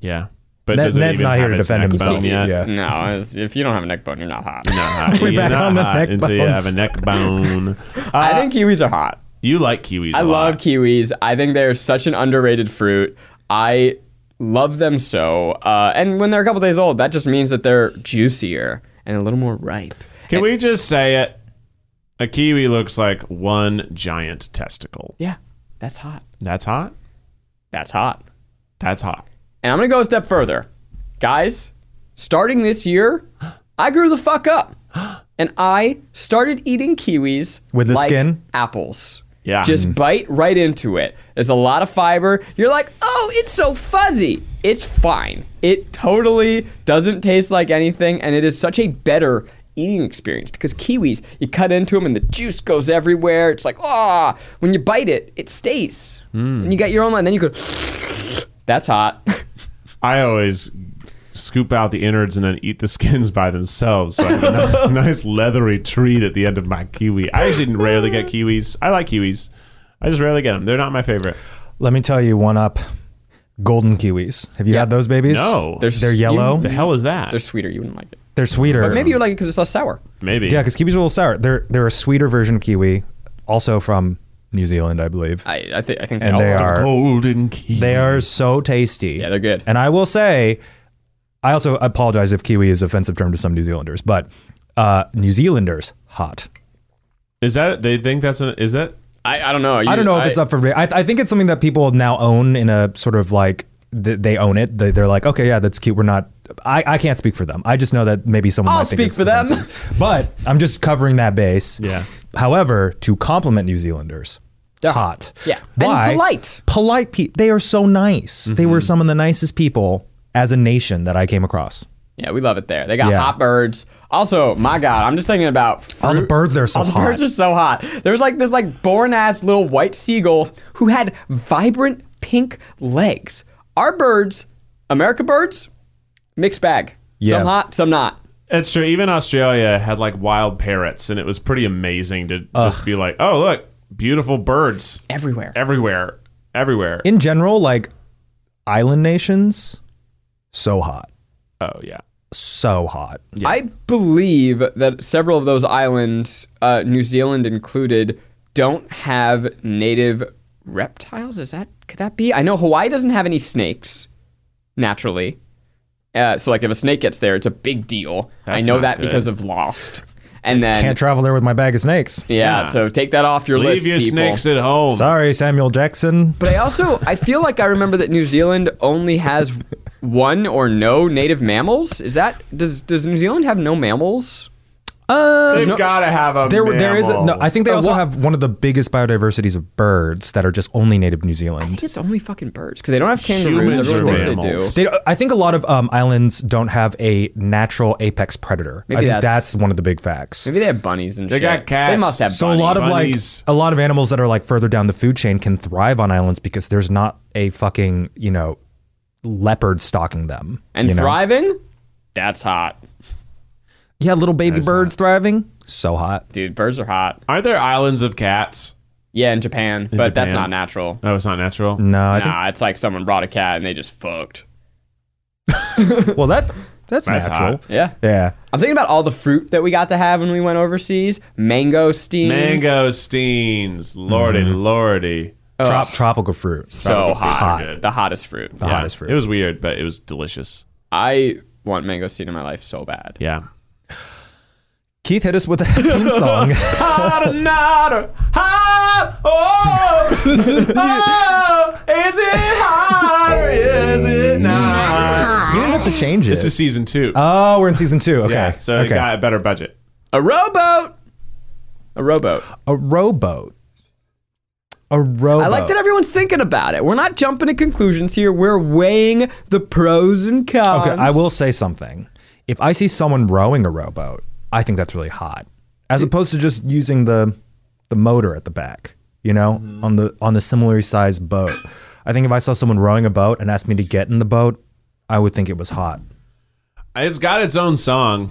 Yeah. But
Ned-
does it
Ned's
even
not here
have
to
its
defend
neck
himself.
bone yet? (laughs) Uh,
Yeah.
No, it's- if you don't have a neck bone, you're not hot.
(laughs)
Not hot.
We're
You're
back
not (laughs)
on the
hot
neck
until you
bones.
have a neck bone. (laughs)
I think
Uh,
kiwis are hot.
You like kiwis.
I
a lot.
love kiwis. I think they're such an underrated fruit. I love them so. Uh, and when they're a couple days old, that just means that they're juicier and a little more ripe.
Can we just say it? A kiwi looks like one giant testicle.
Yeah, that's hot.
That's hot.
That's hot.
That's hot.
And I'm going to go a step further. Guys, starting this year, (gasps) I grew the fuck up. (gasps) And I started eating kiwis
With the
like
skin? Mm.
apples.
Yeah.
Just bite right into it. There's a lot of fiber. You're like, oh, it's so fuzzy. It's fine. It totally doesn't taste like anything, and it is such a better eating experience because kiwis, you cut into them and the juice goes everywhere. It's like, ah, when you bite it, it stays.
Mm.
And you got your own line. Then you go, (gasps) that's hot. (laughs)
I always scoop out the innards and then eat the (laughs) skins by themselves. So I have a ni- (laughs) nice leathery treat at the end of my kiwi. I actually rarely get kiwis. I like kiwis. I just rarely get them. They're not my favorite.
let me tell you one up. Golden kiwis. Have you had those babies?
No.
There's-
They're
You-
yellow.
the hell is that?
They're sweeter. You wouldn't like it.
They're sweeter.
But maybe you would like it because it's less sour.
Maybe.
Yeah, because kiwis are a little sour. They're they're a sweeter version of kiwi, also from New Zealand, I believe.
I I, thi- I think
and
all
they
of them-
are
golden kiwi.
they are so tasty. Yeah,
they're good.
And I will say, I also apologize if kiwi is offensive term to some New Zealanders, but uh, New Zealanders hot.
Is that they think that's an is that
I, I don't know.
I
You-
don't know if it's up for. I, I think it's something that people now own in a sort of like th- they own it. They, they're like, okay, yeah, that's cute. We're not. I, I can't speak for them. I just know that maybe someone.
I'll
might think
speak
it's
for them.
offensive. but I'm just covering that base.
Yeah.
However, to compliment New Zealanders,
They're
hot.
Yeah. And
Why?
polite. Mm-hmm.
Polite people. They are so nice. They were some of the nicest people as a nation that I came across.
Yeah, we love it there. They got
Yeah.
hot birds. Also, my God, I'm just thinking about
All the
fruit-
birds there are so
All the
hot.
birds are so hot. There was like this like born ass little white seagull who had vibrant pink legs. Our birds, America birds, mixed bag.
Yeah.
Some hot, some not.
It's true. Even Australia had like wild parrots, and it was pretty amazing to just be like, "Oh, look, beautiful birds
Everywhere.
everywhere, everywhere."
In general, like island nations, so hot,
oh yeah,
so hot.
I believe that several of those islands, uh, New Zealand included, don't have native reptiles. Is that could that be? I know Hawaii doesn't have any snakes naturally. Uh, so like if a snake gets there, it's a big deal.
That's
I know
not
that
good.
because of Lost. And then
Can't travel there with my bag of snakes.
yeah,
Yeah.
so take that off your list.
leave your
people.
snakes at home.
Sorry, Samuel Jackson.
But I also I feel like I remember that New Zealand only has (laughs) one or no native mammals. Is that does does New Zealand have no mammals?
Uh,
They've got to have a
there, there is. A, no,
mammal.
I think they
Uh,
also
wha-
have one of the biggest biodiversities of birds that are just only native New Zealand.
think it's only fucking birds because they don't have kangaroos.
Humans
Everyone
are
thinks they do.
mammals.
They, I think a lot of um, islands don't have a natural apex predator.
Maybe
I think
that's-
that's, one of the big facts.
Maybe they have bunnies and
They
shit.
got
They
cats.
must have
So a
bunnies.
lot of
Bunnies.
like a lot of animals that are like further down the food chain can thrive on islands because there's not a fucking you know leopard stalking them
and
you know?
thriving. That's hot.
Yeah, little baby
That's
birds thriving. So hot.
Dude, birds are hot.
Aren't there islands of cats?
Yeah, in Japan, but that's not
Japan.
natural.
Oh, it's not natural.
No, I
nah, it's like someone brought a cat and they just fucked.
think. Well, that's that's,
That's
natural.
hot.
Yeah.
Yeah.
I'm thinking about all the fruit that we got to have when we went overseas. Mango steams.
Mango steens,
Mm-hmm.
lordy, lordy.
Trop- tropical fruit.
So
Tropical fruits are
hot.
good.
The hottest fruit.
The hottest fruit.
It was weird, but it was delicious.
I want mango steam in my life so bad.
(laughs) Yeah.
Keith hit us with a (laughs) theme song.
Hotter, hotter,
(laughs)
hot, oh, oh, is it hot or is it not?
you didn't have to change it.
This is season two.
oh, we're in season two. Okay.
Yeah, so
okay.
it got a better budget.
A rowboat. A rowboat.
a rowboat. A rowboat.
I like that everyone's thinking about it. We're not jumping to conclusions here. We're weighing the pros and cons.
Okay, I will say something. If I see someone rowing a rowboat, I think that's really hot, as opposed to just using the the motor at the back. You know,
Mm-hmm.
on the on the similarly sized boat. I think if I saw someone rowing a boat and asked me to get in the boat, I would think it was hot.
It's got its own song.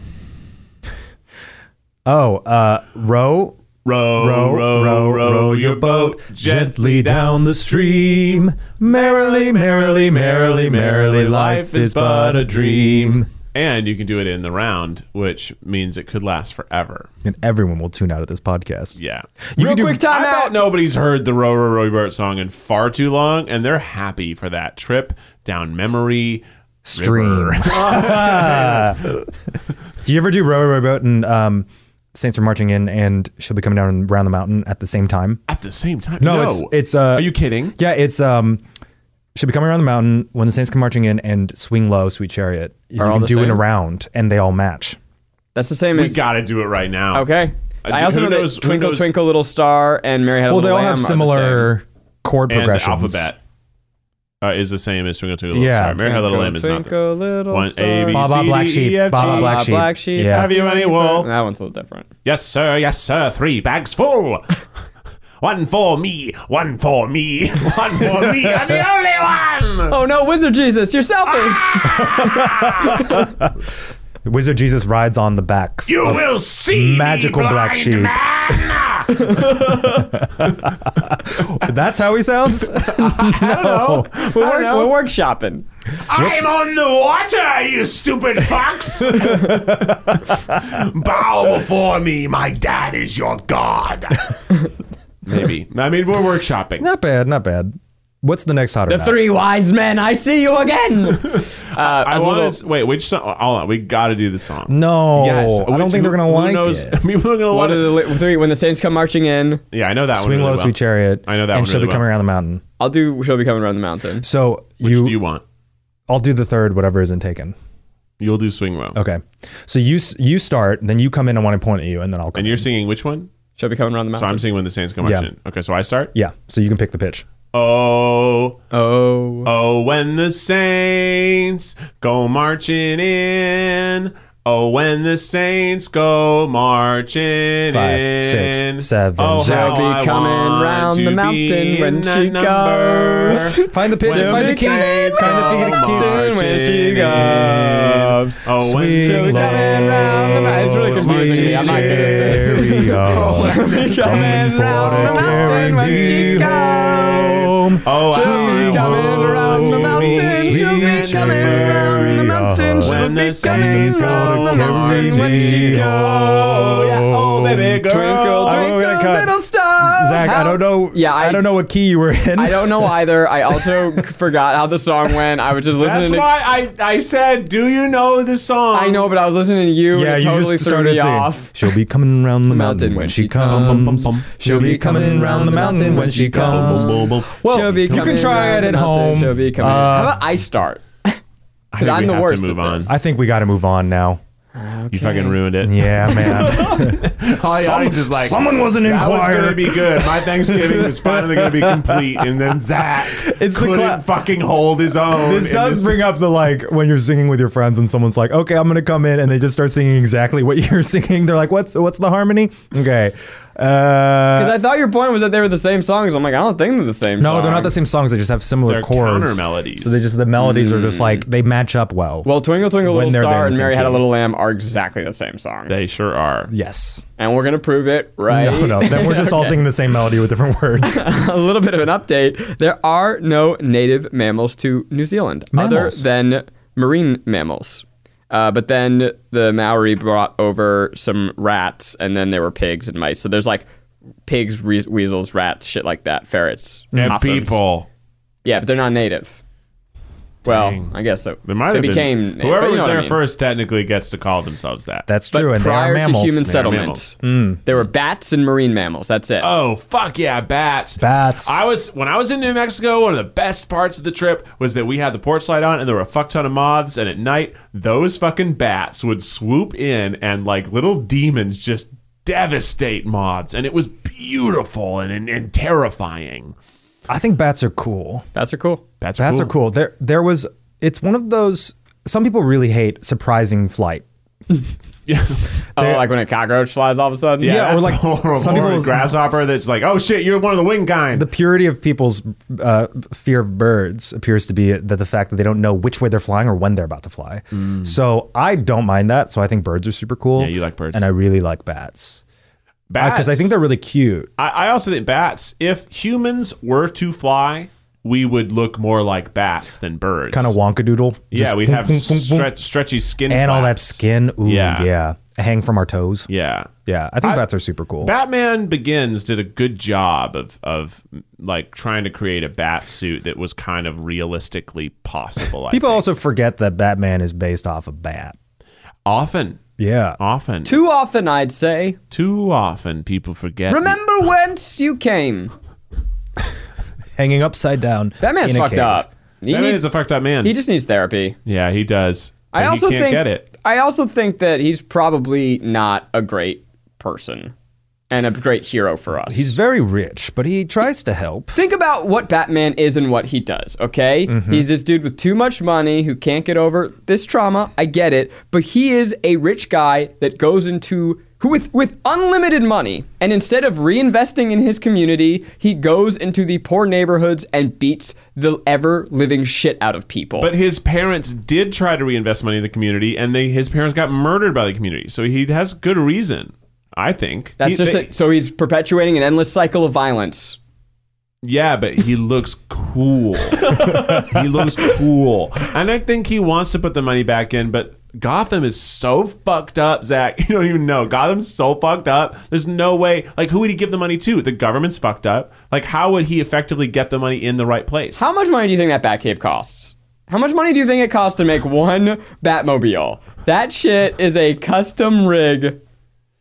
Oh, uh, row.
Row, row, row, row, your boat gently down the
stream. Merrily, merrily, merrily,
merrily, life is but a dream. And you can do it in the round, which means it could last forever.
And everyone will tune out of this podcast.
Yeah.
You
Real
can do-
quick
I
time
bet
out.
nobody's heard the Row Row Row Bert song in far too long, and they're happy for that trip down memory.
Stream. (laughs)
(laughs)
do you ever do row, row, boat and um, Saints are marching in and she'll be coming down and round the mountain at the same time?
At the same time,
No, it's it's. Uh,
Are you kidding?
Yeah, it's um. She'll be coming around the mountain when the Saints come marching in and swing low, sweet chariot. You
all
can
the
do it
same?
around and they all match.
That's the same
We
as.
gotta do it right now.
okay.
Uh,
I
d-
also
who
know that
knows- who
Twinkle
knows-
Twinkle Little Star and Mary Had a
Well, they
Little
all
Lamb are
have
the same.
similar chord
And the
progressions.
alphabet uh, is the same as Twinkle Twinkle Little
Yeah.
Star. Mary Had a Little Lamb is not.
Twinkle,
The,
Little
One,
Star.
A, B,
Ba, ba,
C,
black
D, E,
sheep.
F,
Ba, ba,
G.
black
Black,
sheep.
black sheep.
Yeah.
Have you any wool?
That one's a little different.
yes, sir. Yes, sir. Three
(laughs)
bags full. One for me, one for me, (laughs) one for me. I'm the only one.
Oh no, Wizard Jesus, you're
Ah,
selfish.
Wizard Jesus rides on the backs.
You will see,
magical
me,
black
blind
sheep. (laughs)
man.
That's how he
(laughs)
sounds.
we're, work, we're workshopping.
I'm on the water, you stupid
(laughs)
fox! Bow before me, my dad is your
(laughs)
god. Maybe. I mean, we're workshopping.
not bad, not bad. What's the next hot or
The
not?
three wise men, I see you
(laughs)
again. uh, was
I
a
want
little-
to wait. Which song? Hold on, we got to do the song.
No, I don't
Which-
think they're
who-
gonna
(laughs) who
like (laughs)
knows?
it.
People are gonna
What
want
are the
it.
li- three when the saints come marching in?
Yeah, I know that
Swing
one.
low,
Really well.
sweet chariot.
I know that
And
one
she'll
really
be coming
well.
around the mountain.
I'll do. She'll be coming around the mountain.
So
Which
you,
do you want?
I'll do the third, whatever isn't taken.
You'll do swing low.
Okay. So you s- you start, then you come in. I want to point at you, and then I'll. Come
And you're singing which one?
She'll be coming around the
So
mountain.
I'm singing when the Saints come marching.
Yeah.
in. Okay, so I start.
yeah. So you can pick the pitch.
Oh,
oh,
Oh, when the saints go marching in. Oh, when the saints go marching in.
Five, six, seven.
Oh,
She'll
how
be
I
coming
want
round
to
the
be
mountain when
in that
she
number.
goes. (laughs)
Find the pitch.
When
Find
the
the key. Find
saints
the
go
key.
Marching when she
in.
goes.
Oh, when
Swing
she
She'll be coming round the mountain. It's really
goes
confusing me. I'm not good at this. (laughs)
Coming
coming round the mountain when she goes.
Oh, I
She'll be coming round
Oh,
the mountain. She'll be coming round the mountain. She'll
When
be
the
coming
saints
round
go
the mountain when she
marching.
goes. Oh, baby girl. Twinkle,
Oh, we're gonna
twinkle,
cut.
little star.
Oh, Zach, I
How-
don't know.
Yeah, I,
I, don't know what key you were in.
I don't know either. I
(laughs)
also forgot how the song went. I was just listening
That's
to
why I, I said, do you know the song?
I know, but I was listening to you and
Yeah,
it
you
totally
just
threw
started
me
singing.
off.
She'll be coming round the mountain when she comes. She'll be coming round the mountain when she comes.
Boom, boom, boom.
Well,
She'll be
you
coming
can try
round
it
the mountain.
at home.
She'll be coming.
Uh,
how about I start?
I think
I'm
we
the
have
worst
to move
at
on.
this.
I think we got to move on now.
You fucking ruined
(laughs)
it.
Yeah, man.
Some, just like,
Someone was an
That was gonna
inquirer.
be good. My Thanksgiving was
(laughs)
finally gonna be complete, and then Zach
It's the
couldn't
cla-
fucking hold his own.
This
in
does bring up the like when you're singing with your friends and someone's like, (laughs) "Okay, I'm gonna come in," and they just start singing exactly what you're singing. They're like, "What's what's the harmony?" Okay, Uh,
Because I thought your point was that they were the same songs. I'm like, I don't think they're the same.
no, they're not the same songs. They just have similar
They're
chords.
counter-melodies.
So they just the melodies are just like they match up well.
Well, Twinkle Twinkle
When
Little
they're there
Star
in
and
the
Mary
same
Had a
key.
Little Lamb are exactly the same song,
They sure are.
yes.
and we're gonna prove it right.
No, no. Then we're just all singing the same melody with different words.
(laughs) a little bit of an update. There are no native mammals to New Zealand
Mammals.
other than marine mammals. Uh, but then the Maori brought over some rats, and then there were pigs and mice. So there's like pigs, re- weasels, rats, shit like that, ferrets,
And
opossums.
people.
Yeah, but they're not native. Well,
Dang.
I guess so.
There might
they
have
became
been
native, but
whoever
you
was
know what I
there
mean.
first technically gets to call themselves that.
That's
But
true. And they are
prior
mammals.
to human
They are
settlement, mm. there were bats and marine mammals. That's it.
Oh fuck yeah, bats!
Bats.
I was when I was in New Mexico. One of the best parts of the trip was that we had the porch light on, and there were a fuck ton of moths. And at night, those fucking bats would swoop in and like little demons just devastate moths, and it was beautiful and and, and terrifying.
I think bats are cool.
Bats are cool.
Bats,
Bats
cool.
are cool. There, there was. It's one of those. Some people really hate surprising flight.
Oh, like when a cockroach flies all of a sudden.
Yeah,
Yeah, or
that's
like
horrible.
some
Or (laughs) a
people's-
grasshopper that's like, oh shit, you're one of the wing kind.
The purity of people's uh, fear of birds appears to be that the fact that they don't know which way they're flying or when they're about to fly. So I don't mind that. So I think birds are super cool.
Mm. Yeah, you like birds.
and I really like bats
bats,
because uh, I think they're really cute.
I, I also think bats. If humans were to fly, we would look more like bats than birds.
Kind of wonkadoodle.
Yeah,
Just
we'd
boom,
have
boom, boom, boom.
stretch, stretchy skin
and all that
flaps.
skin. Ooh,
Yeah.
yeah. hang from our toes. Yeah,
Yeah.
I think
I-
bats are super cool.
Batman Begins did a good job of of like trying to create a bat suit that was kind of realistically possible. I
people
think.
also forget that Batman is based off a bat.
often,
Yeah,
often, too,
Too often, I'd say.
too often people forget. the-
Remember whence you came.
hanging upside down.
That man's
in a
fucked
cave.
up. He,
Batman
needs,
is a fucked up man.
he just needs therapy.
yeah, he does. But
I also
he can't
think
get it.
I also think that he's probably not a great person and a great hero for us.
He's very rich, but he tries to help.
Think about what Batman is and what he does, okay?
Mm-hmm.
He's this dude with too much money who can't get over this trauma. I get it. But he is a rich guy that goes into who with with unlimited money and instead of reinvesting in his community, he goes into the poor neighborhoods and beats the ever living shit out of people.
But his parents did try to reinvest money in the community, and they his parents got murdered by the community. So he has good reason, I think.
that's
He-
just
they-
it. so he's perpetuating an endless cycle of violence.
Yeah, but he looks
(laughs)
cool. he looks cool. And I think he wants to put the money back in, but Gotham is so fucked up, Zach. (laughs) You don't even know. Gotham's so fucked up. There's no way. Like, who would he give the money to? The government's fucked up. Like, how would he effectively get the money in the right place?
How much money do you think that Batcave costs? How much money do you think it costs to make one Batmobile? That shit is a custom rig.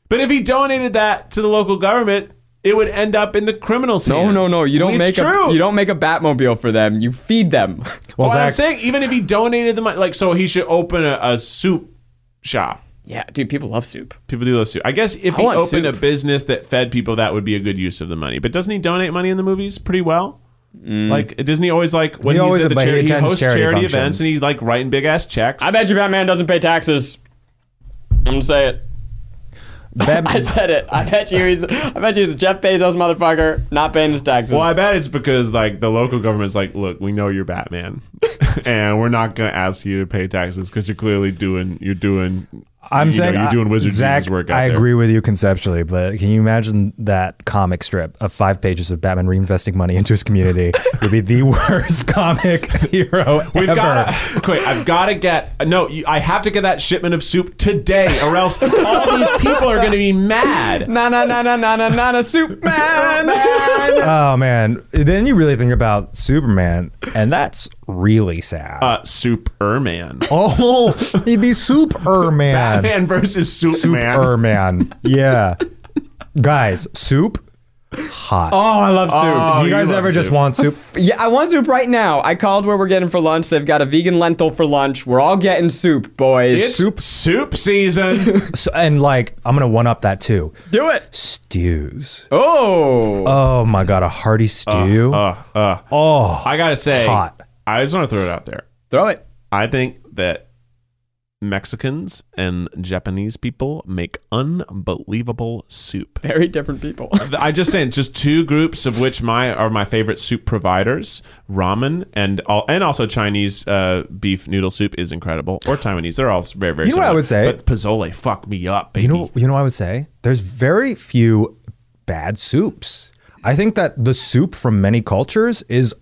But if he donated that to the local government, it would end up in the criminals'
No,
hands.
Oh, no, no. You don't
it's
make
true.
a you don't make a Batmobile for them. You feed them.
Well,
Well, I'm
Zach,
saying even if he donated the money, like, so he should open a, a soup shop.
(laughs) yeah, dude, people love soup.
People do love soup. I guess if
I
he
want
opened
soup.
a business that fed people, that would be a good use of the money. But doesn't he donate money in the movies pretty well?
Mm.
Like, doesn't he always like when
He
he's
always
at the
ab- he
charity, he
attends
hosts charity,
charity
events
functions.
and he's like writing big ass checks?
I bet you Batman doesn't pay taxes. I'm gonna say (laughs) it. (laughs) I
Bat-
said it. I bet you he's I bet you he's a Jeff Bezos motherfucker not paying his taxes.
Well, I bet it's because like the local government's like, look, we know you're Batman, (laughs) and we're not gonna ask you to pay taxes because you're clearly doing you're doing.
I'm
you
saying uh,
know, you're doing wizard
Zach,
Jesus work. Out
I
there.
agree with you conceptually, but can you imagine that comic strip of five pages of Batman reinvesting money into his community? would be the (laughs) worst comic hero
We've
ever.
(laughs) got to. Wait, I've got to get. No, you, I have to get that shipment of soup today, or else all these people are going to be mad.
Na na na na na na na na Superman.
oh man! Then you really think about Superman, and that's really sad.
Uh, Superman.
oh, he'd be
(laughs)
Superman.
Batman versus Superman.
Superman. Yeah. Guys, soup,
(laughs)
hot.
Oh, I love soup.
Oh,
you guys
love
ever just
soup.
want soup?
Yeah, I want soup right now. I called where we're getting for lunch. They've got a vegan lentil for lunch. We're all getting soup, boys.
It's soup
(laughs)
soup season.
So, and like, I'm gonna one up that too.
Do it.
Stews.
Oh.
Oh my god, a hearty stew.
uh, uh,
oh,
I gotta say,
Hot.
I just want to throw it out there.
Throw it.
I think that Mexicans and Japanese people make unbelievable soup.
Very different people.
I just saying, just two groups of which my are my favorite soup providers: ramen and all, and also Chinese uh, beef noodle soup is incredible, or Taiwanese. They're all very very.
You know what I
similar.
would say?
but pozole fuck me up, baby.
You know, you know, what I would say there's very few bad soups. I think that the soup from many cultures is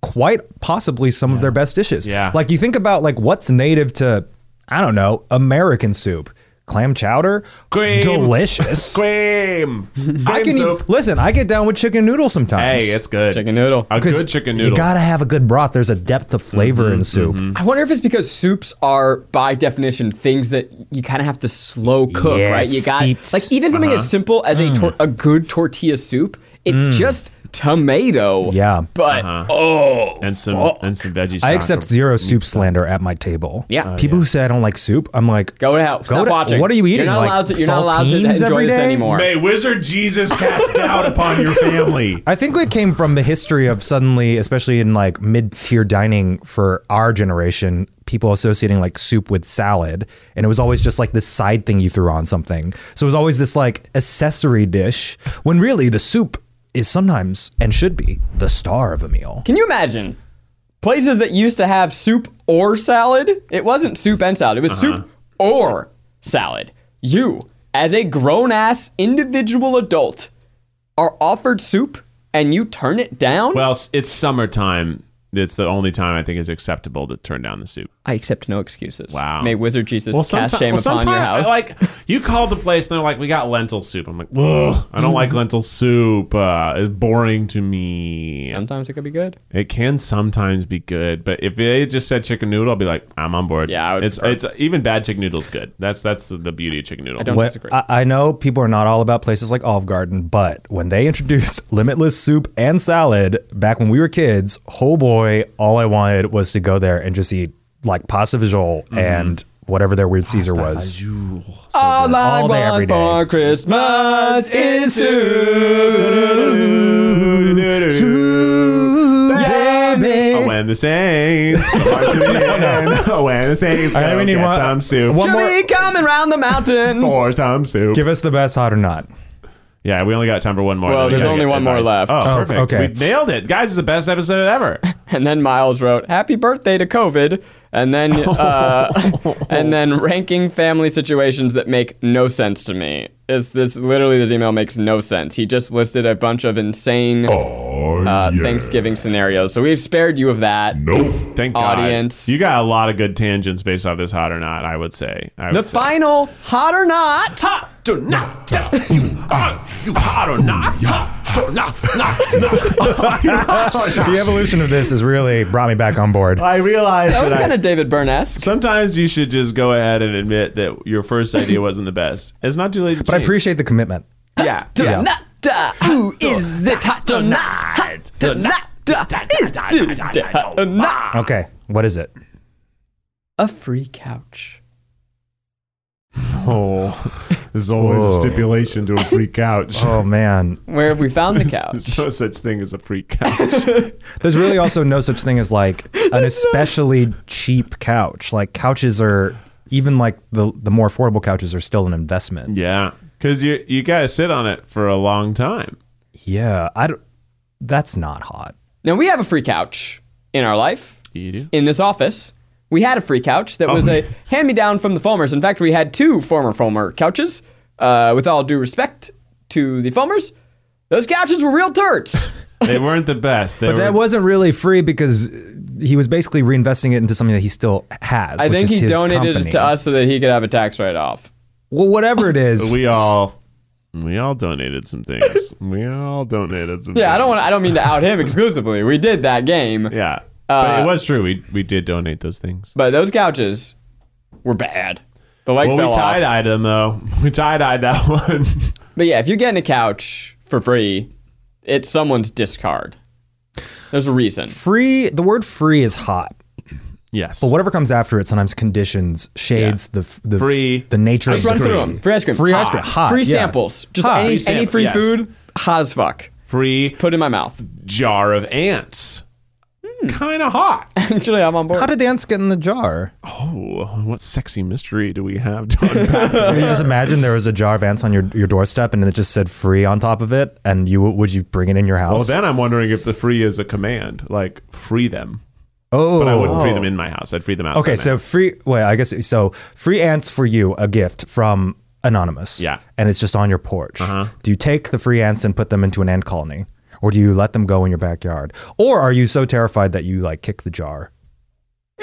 quite possibly some of their best dishes.
Yeah.
Like you think about like what's native to, I don't know, American soup, clam chowder,
Cream.
delicious.
(laughs) cream,
(laughs)
cream
I can eat-
soup.
listen. I get down with chicken noodles sometimes.
hey, it's
(laughs)
good.
Chicken noodle.
A
'Cause
good chicken Mm-hmm,
You
noodle.
gotta have a good broth. There's a depth of flavor in soup.
I wonder if it's because soups are, by definition, things that you kind of have to slow cook,
Yeah,
right? You got
steeped.
like even something as simple as a tor- a good tortilla soup. It's just tomato.
Yeah.
but oh,
and some
fuck.
and some veggies.
I accept zero soup slander at my table.
Yeah. Mm. Oh,
People who say I don't like soup, I'm like,
Go out. Stop
to-
watching.
What are you
You're
eating?
not
like,
allowed to- you're not allowed to
saltines
enjoy
every
this
day?
anymore.
May Wizard Jesus cast doubt upon your (laughs) family.
I think it came from the history of suddenly, especially in like mid-tier dining for our generation, people associating like soup with salad, and it was always just like this side thing you threw on something. So it was always this like accessory dish when really the soup is sometimes and should be the star of a meal.
Can you imagine places that used to have soup or salad? It wasn't soup and salad, it was
Uh-huh.
soup or salad. You, as a grown ass individual adult, are offered soup and you turn it down?
Well, s- it's summertime. It's the only time I think it's acceptable to turn down the soup.
I accept no excuses.
Wow.
May Wizard Jesus
someti-
cast shame
well,
upon your
sometime-
house.
Like you call the place and they're like, "We got lentil soup." I'm like, "Ugh, I don't like lentil soup. Uh, it's boring to me."
Sometimes it could be good.
It can sometimes be good, but if they just said chicken noodle, I'll be like, "I'm on board."
Yeah, I would
it's
prefer-
it's even bad chicken noodle's good. That's that's the beauty of chicken noodle. I
don't-
When-
disagree.
I, I know people are not all about places like Olive Garden, but when they (laughs) introduced limitless soup and salad back when we were kids, oh boy, all I wanted was to go there and just eat like pasta visual
Mm-hmm.
and whatever their weird Caesar was.
All I
All day, every
want
day.
for Christmas is
soup.
Baby.
When
(laughs)
the saints are to win, when the saints
I think
go
we need
get
one-
some soup
one-
to be coming round the
(laughs)
mountain.
or some soup.
Give us the best hot or not.
Yeah, we only got time for one more.
Well,
Then we
there's
gotta
only
get
one more
advice.
left.
Oh,
Oh,
perfect.
okay.
We nailed it. Guys, it's the best episode ever.
(laughs) And then Miles wrote, "Happy birthday to COVID." And then, uh, (laughs) and then ranking family situations that make no sense to me. This, this literally, this email makes no sense. He just listed a bunch of insane
Oh,
uh,
yeah.
Thanksgiving scenarios. So we've spared you of that.
Nope.
Thank
Audience.
God. You got a lot of good tangents based off this hot or not, I would say. I
The
would say.
final hot or not?
Hot or not. You are you hot or not. Hot or (laughs) not. Not, not.
The evolution of this has really brought me back on board.
I realized
That
that,
was
I-
kind of David Byrne-esque.
sometimes you should just go ahead and admit that your first idea wasn't the best. It's not too late to
But I
change.
appreciate the commitment.
Yeah.
Yeah.
Not, uh, Who is it hot or not? Hot or not? Uh, is it hot or not?
Okay, what is it?
A free couch.
Oh, there's always a stipulation to a free couch.
(laughs)
Oh man,
Where have we found the couch?
(laughs) There's no such thing as a free couch.
There's really also no such thing as like
(laughs)
an especially cheap couch. Like couches are even like the the more affordable couches are still an investment.
yeah, because you you gotta sit on it for a long time.
Yeah, I don't, that's not hot.
Now we have a free couch in our life.
You do.
In this office, we had a free couch that was a hand me down from the Fulmers. In fact, we had two former Fulmer couches. Uh, with all due respect to the Fulmers, those couches were real turds.
They weren't the best. They
But that
were-
wasn't really free because he was basically reinvesting it into something that he still has.
I
which
think
is
he
his
donated
company.
it to us so that he could have a tax write off.
Well, whatever
(laughs)
it is,
we all we all donated
(laughs)
some things. we all donated some.
Yeah, I don't
things.
want. I don't mean to out him exclusively. We did that game,
Yeah, but
Uh,
it was true. We we did donate those things.
but those couches were bad. The leg
Well,
fell
we
off.
tie dyed them though. (laughs) We tie dyed that (laughs) one.
But yeah, if you're getting a couch for free, it's someone's discard. There's a reason.
free. The word free is hot.
yes.
But whatever comes after it sometimes conditions shades the f- the
Free.
the nature
Let's
of
run
the
through them. Free ice cream.
Free ice
hot.
cream, hot,
Free
yeah.
samples. Just
Hot.
any,
Free
any free
sample, yes.
food, hot as fuck. (laughs)
free
Put in my mouth.
jar of ants.
Hmm.
kind of hot.
(laughs) Actually, I'm on board.
How did the ants get in the jar?
Oh, what sexy mystery do we have to
(laughs)
unpack?
Can you (laughs) just imagine there was a jar of ants on your, your doorstep and it just said free on top of it, and you would you bring it in your house?
well, then I'm wondering if the free is a command, like free them.
oh,
But I wouldn't free them in my house. I'd free them outside.
okay.
my
So
house.
free. Wait, I guess so. Free ants for you, a gift from anonymous.
Yeah. Uh-huh.
and it's just on your porch. Do you take the free ants and put them into an ant colony, or do you let them go in your backyard, or are you so terrified that you like kick the jar?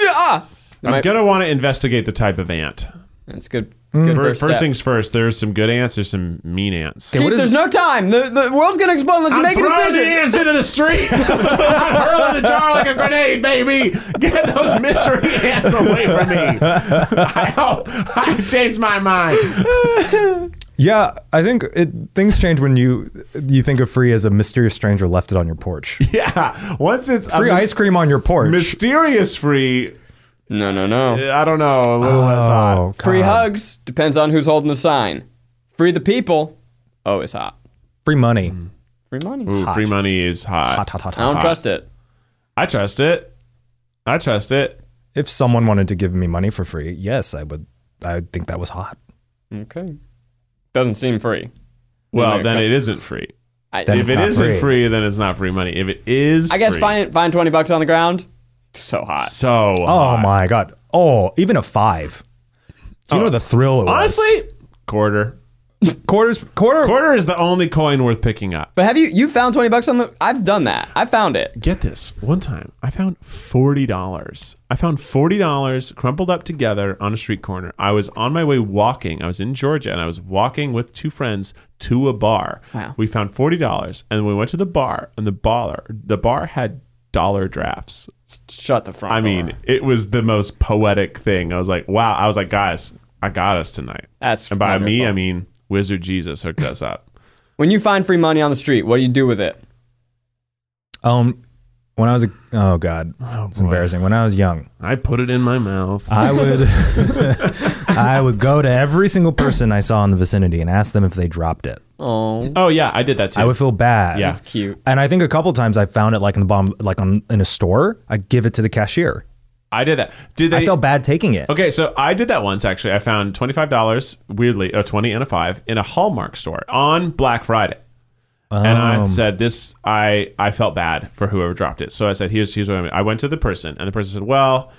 Ah!
I'm
My-
gonna want to investigate the type of ant.
That's good. Good
Fir-
first,
First,
step.
things first. There's some good ants. There's some mean ants.
Keith, there's no time. The, the world's gonna explode unless you make a decision.
ants into the (laughs) street. I'm hurling the jar like a grenade, baby. Get those mystery ants away from me. I hope I changed my mind.
Yeah, I think it, things change when you you think of free as a mysterious stranger left it on your porch.
Yeah. Once it's
Free ice cream on your porch.
mysterious free.
No, no, no.
I don't know. A little less hot.
oh,
Free
God.
hugs depends on who's holding the sign. Free the people. Oh, it's hot.
free money.
Free money.
Ooh, free money is
Hot, hot, hot,
I don't
hot.
trust it.
I trust it. I trust it.
If someone wanted to give me money for free, yes, I would. I would think that was hot.
Okay. Doesn't seem free.
Well,
Yeah,
then
go-
it isn't free.
I,
Then
If
It's
it
not
isn't free.
free.
then it's not free money. If it is,
I guess
free,
find find twenty bucks on the ground. So hot.
So
Oh
uh,
my god! Oh, even a five. Do you know the thrill? It was?
honestly, quarter.
quarters, quarter.
Quarter is the only coin worth picking up.
But have you you found twenty bucks on the? I've done that. I found it.
Get this. One time, I found forty dollars. I found forty dollars crumpled up together on a street corner. I was on my way walking. I was in Georgia, and I was walking with two friends to a bar.
Wow.
We found forty dollars, and we went to the bar, and the bar the bar had dollar drafts.
Shut the front.
I mean,
door.
it was the most poetic thing. I was like, wow. I was like, guys, I got us tonight.
That's
and by me,
wonderful.
I mean Wizard Jesus hooked us up.
when you find free money on the street, what do you do with it?
Um, when I was a oh god, it's embarrassing. When I was young,
I put it in my mouth.
I would (laughs) I would go to every single person I saw in the vicinity and ask them if they dropped it.
Oh,
oh yeah, I did that too.
I would feel bad.
Yeah.
that's cute.
And I think a couple times I found it like in the bomb, like on, in a store. I give it to the cashier.
I did that. Did they?
I felt bad taking it.
okay, so I did that once actually. I found twenty five dollars, weirdly, a twenty and a five in a Hallmark store on Black Friday. and I said this. I I felt bad for whoever dropped it. So I said, "Here's here's what I mean." I went to the person, and the person said, "Well,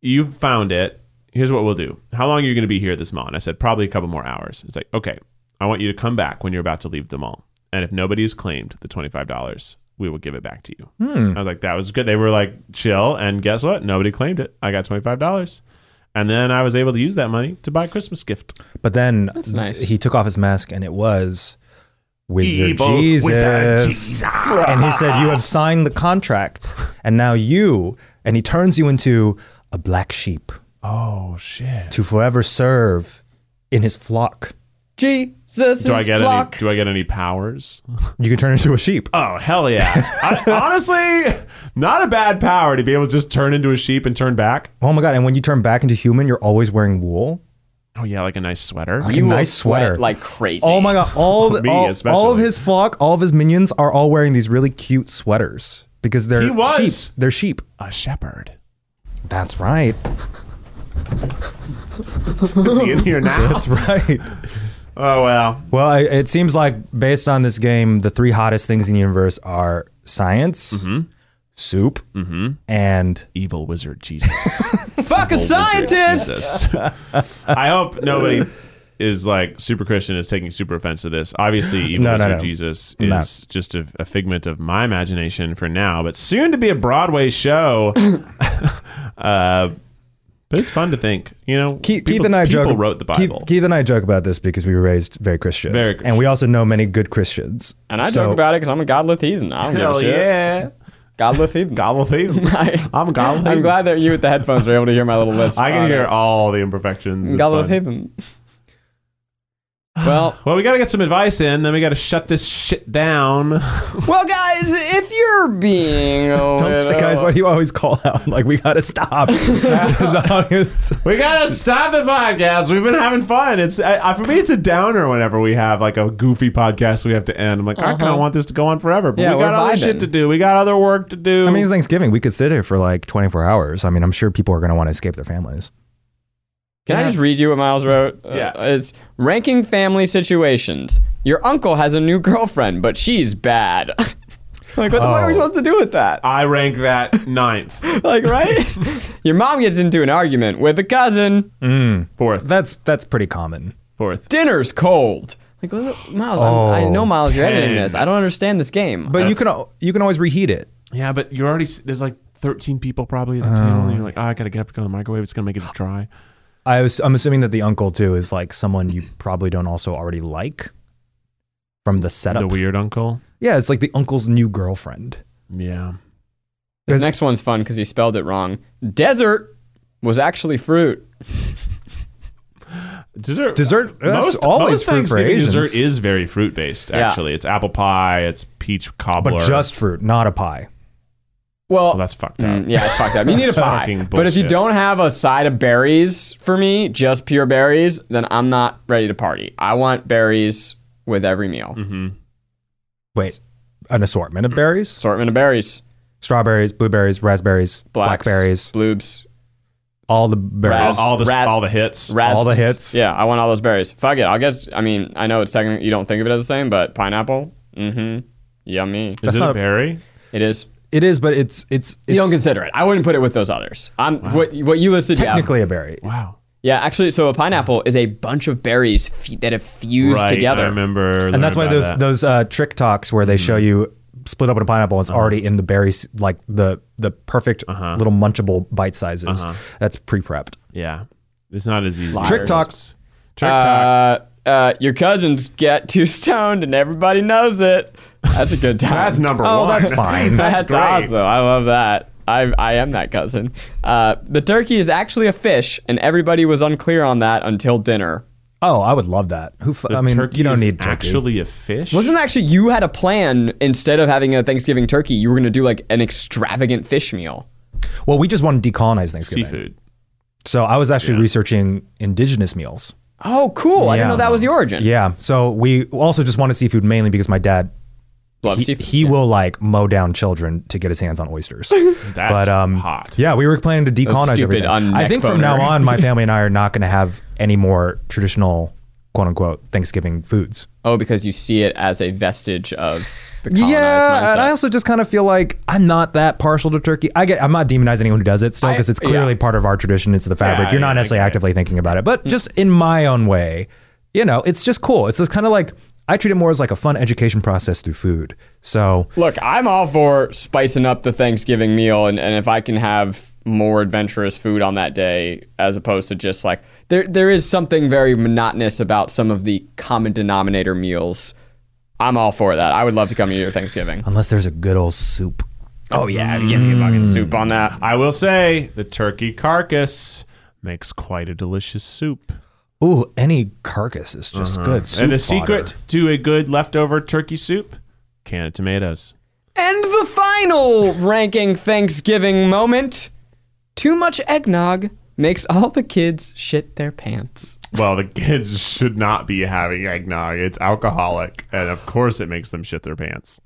you found it. Here's what we'll do. How long are you going to be here at this mall?" And I said, "Probably a couple more hours." It's like, "Okay, I want you to come back when you're about to leave the mall, and if nobody's claimed the twenty five dollars." We will give it back to you. I was like, that was good. They were like, chill. And guess what? Nobody claimed it. I got $25. And then I was able to use that money to buy a Christmas gift.
But then
nice.
he took off his mask and it was Wizard
Evil
Jesus.
Wizard Jesus.
And he said, You have signed the contract. And now you, and he turns you into a black sheep
Oh, shit.
to forever serve in his flock.
Jesus
Do I get
flock.
any? Do I get any powers?
You can turn into a sheep.
Oh hell yeah! (laughs) I, honestly, not a bad power to be able to just turn into a sheep and turn back.
Oh my God. And when you turn back into human, you're always wearing wool.
Oh yeah, like a nice sweater.
Like
You
a
will
nice
sweat
sweater.
like crazy.
Oh my god!
(laughs)
All the,
Me
all, all of
especially.
his flock, all of his minions are all wearing these really cute sweaters because they're
He was.
sheep. They're sheep.
A shepherd.
That's right.
Is he in here now? (laughs)
That's (laughs) right.
oh well.
Well, I, it seems like based on this game, the three hottest things in the universe are science,
Mm-hmm.
soup, and
Evil wizard Jesus.
Fuck a scientist.
(laughs) I hope nobody is like super Christian is taking super offense to this. Obviously, evil
No, no,
wizard
no.
Jesus is
No.
just a, a figment of my imagination for now, but soon to be a
(laughs)
Broadway show. uh, but it's fun to think, you know.
Keith,
people,
Keith and I
people
joke.
wrote the
Keith-
Bible.
Keith, and I joke about this because we were raised very Christian,
Very Christian.
and we also know many good Christians.
And I
So-
joke about it because I'm a godless heathen. I don't
Hell
give a shit.
yeah.
Godless heathen.
(laughs)
Gobble thief.
(laughs) I,
I'm gobble
I'm
thief.
glad that you with the headphones were able to hear my little list.
I can hear all the imperfections. It's
Godless
fun.
heathen. Well,
Well, we got to get some advice in, then we got to shut this shit down. (laughs)
well, guys, if you're being a
Don't say,
uh,
little-
guys, why do you always call out? (laughs) Like, we gotta
(laughs)
stop.
we got to stop the podcast. We've been having fun. It's I, I- for me, it's a downer whenever we have like a goofy podcast we have to end. I'm like, I
Uh-huh.
kind of want this to go on forever, but
Yeah,
we
we're
got other
vibing.
shit to do. We got other work to do.
I mean, it's Thanksgiving. We could sit here for like 24 hours. I mean, I'm sure people are gonna want to escape their families.
Can I just read you what Miles wrote? Uh,
Yeah.
it's ranking family situations. Your uncle has a new girlfriend, but she's bad. (laughs) like, what the fuck are we
Oh.
supposed to do with that?
I rank that (laughs) ninth,
Like, right? Your mom gets into an argument with a cousin.
Mm. fourth,
That's that's pretty common.
fourth.
Dinner's cold. Like, what the- Miles, I'm, I
Oh,
know Miles, you're editing
dang.
this. I don't understand this game.
But you can al- you can always reheat it.
Yeah, but you're already s- there's like 13 people probably at the table, and you're like, oh, I got to get up to go to the microwave. It's gonna make it dry.
I was, I'm assuming that the uncle too is like someone you probably don't also already like from the
The
setup.
weird uncle.
yeah, it's like the uncle's new girlfriend.
Yeah.
this next one's fun because he spelled it wrong. Desert was actually fruit.
Dessert.
Dessert- that's
Uh, most,
always
most
fruit for
Thanksgiving
Asians.
Dessert is very fruit based.
Yeah.
Actually, it's apple pie. It's peach cobbler.
But just fruit, not a pie.
Well,
well, that's fucked up.
Mm, yeah, it's fucked up. You need a
That's
pie.
fucking
But if you
bullshit.
don't have a side of berries for me, just pure berries, then I'm not ready to party. I want berries with every meal.
Mm-hmm.
Wait, an assortment of berries:
Assortment of berries.
strawberries, blueberries, raspberries,
Blacks,
blackberries,
Bloobs.
all the berries.
Raz-
all the
Rat-
all the hits.
Rasps.
the hits.
Yeah, I want all those berries. Fuck it. I guess, I mean, I know it's technically, you don't think of it as the same, but pineapple, mm-hmm. Yummy.
is it
not
a
a-
berry?
It is.
It is, but it's it's, it's
You don't consider it. I wouldn't put it with those others. I'm what what you listed. down-
technically a berry.
Wow.
yeah, actually, so a pineapple is a bunch of berries f- that have fused
Right.
together.
I remember. learning
and that's why
about
those
that. Mm-hmm.
those uh, trick talks where they show you split open a pineapple,
Uh-huh.
it's already in the berries, like the the perfect little munchable bite sizes.
Uh-huh.
That's pre prepped.
yeah, it's not as easy.
Trick talk.
Trick talk.
Uh, uh, your cousins get (laughs) too stoned and everybody knows it. That's a good time.
(laughs) That's number
Oh,
one.
that's
(laughs)
fine.
That's,
great.
awesome. I love that. I, I am that cousin. Uh, the turkey is actually a fish, and everybody was unclear on that until dinner.
Oh, I would love that. Who? F- I mean,
turkey
you don't
is
need turkey.
actually a fish.
Wasn't actually you had a plan instead of having a Thanksgiving turkey, you were gonna do like an extravagant fish meal.
well, we just want to decolonize Thanksgiving.
seafood?
So I was actually researching indigenous meals.
Oh, cool! I didn't
Yeah.
know that was the origin.
Yeah. So we also just wanted seafood mainly because my dad
Love
he,
seafood.
he will like mow down children to get his hands on
(laughs)
oysters.
That's
but um,
hot.
Yeah, we were planning to decolonize
stupid
everything. I
un-neck
think from now
boner. (laughs)
on, my family and I are not going to have any more traditional "quote unquote" Thanksgiving foods.
oh, because you see it as a vestige of the colonized mindset.
yeah, and I also just kind of feel like I'm not that partial to turkey. I get I'm not demonizing anyone who does it still
I-
because it's clearly
yeah. Mm.
part of our tradition. It's the fabric.
Yeah,
You're not
yeah, I
necessarily
get it.
actively thinking about it, but just in my own way, you know, it's just cool. It's just kind of like I treat it more as like a fun education process through food. So
Look, I'm all for spicing up the Thanksgiving meal, and, and if I can have more adventurous food on that day, as opposed to just like there there is something very monotonous about some of the common denominator meals. I'm all for that. I would love to come to your Thanksgiving.
unless there's a good old soup,
Oh yeah, give me a fucking soup on that.
I will say the turkey carcass makes quite a delicious soup.
ooh, any carcass is just good. Soup
Uh-huh. and the
fodder.
secret to a good leftover turkey soup: can of tomatoes.
And the final ranking Thanksgiving moment: too much eggnog makes all the kids shit their pants.
Well, the (laughs) kids should not be having eggnog. It's alcoholic, and of course, it makes them shit their pants.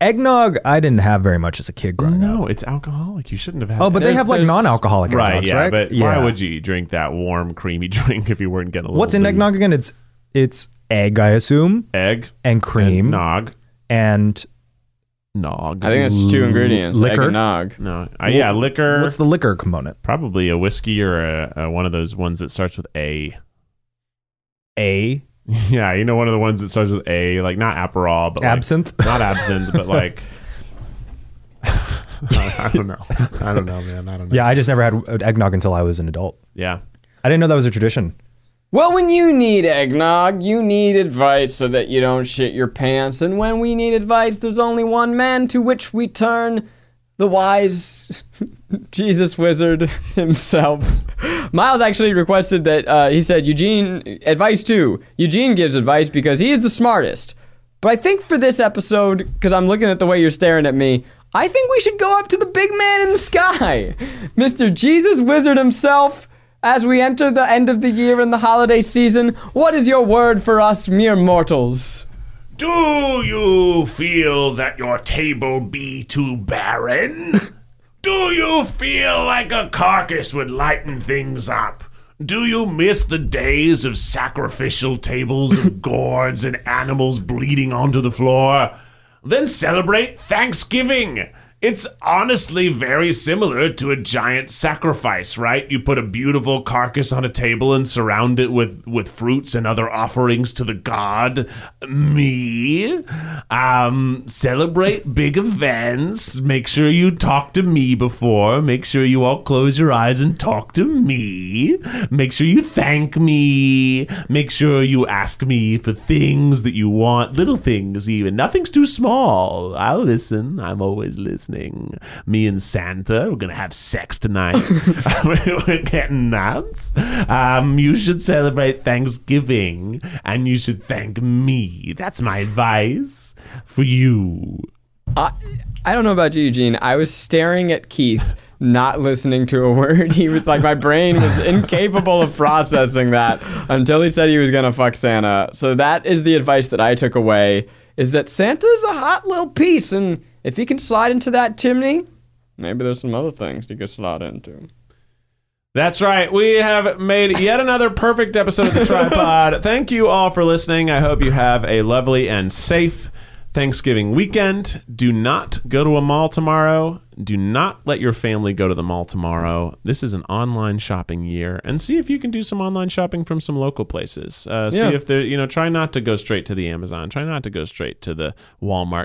Eggnog, I didn't have very much as a kid growing up.
No, it's alcoholic. You shouldn't have had.
Oh, but they
There's-
have like
there's-
non-alcoholic
right,
eggnogs,
yeah.
right?
But
Yeah.
why would you drink that warm, creamy (laughs) drink if you weren't getting a little?
What's in
booze?
eggnog again? It's it's egg, I assume,
Egg,
and cream,
nog,
and
nog.
I think that's two ingredients:
Liquor?
eggnog.
no. Uh, yeah, liquor.
what's the liquor component?
probably a whiskey or a, a one of those ones that starts with A. (laughs)
A
yeah, you know, one of the ones that starts with A, like not Aperol, but like-
absinthe.
(laughs)
(laughs)
not absinthe, but like. Uh, I don't know. I don't know, man. I don't know.
yeah, I just never had eggnog until I was an adult.
Yeah.
I didn't know that was a tradition.
Well, when you need eggnog, you need advice so that you don't shit your pants. And when we need advice, there's only one man to which we turn the wise (laughs) Jesus wizard (laughs) himself. Miles actually requested that uh, he said Eugene advice too. Eugene gives advice because he is the smartest. But I think for this episode, because I'm looking at the way you're staring at me, I think we should go up to the big man in the sky, (laughs) Mr. Jesus Wizard himself. As we enter the end of the year and the holiday season, what is your word for us mere mortals?
Do you feel that your table be too barren? Do you feel like a carcass would lighten things up? Do you miss the days of sacrificial tables of gourds and animals bleeding onto the floor? Then celebrate Thanksgiving. It's honestly very similar to a giant sacrifice, right? You put a beautiful carcass on a table and surround it with, with fruits and other offerings to the god. Me. Um, celebrate big events. Make sure you talk to me before. Make sure you all close your eyes and talk to me. Make sure you thank me. Make sure you ask me for things that you want, little things even. Nothing's too small. I'll listen. I'm always listening. Me and Santa, we're gonna have sex tonight. (laughs) we're getting nuts. Um, you should celebrate Thanksgiving, and you should thank me. That's my advice for you.
I, I don't know about you, Eugene. I was staring at Keith, not listening to a word. He was like, my brain was incapable of processing that until he said he was gonna fuck Santa. So that is the advice that I took away: is that Santa's a hot little piece, and if he can slide into that chimney, maybe there's some other things he could slide into.
That's right. We have made yet another perfect episode of the Tripod. Thank you all for listening. I hope you have a lovely and safe Thanksgiving weekend. Do not go to a mall tomorrow. Do not let your family go to the mall tomorrow. This is an online shopping year, and see if you can do some online shopping from some local places. Uh,
Yeah.
See if they're you know try not to go straight to the Amazon. Try not to go straight to the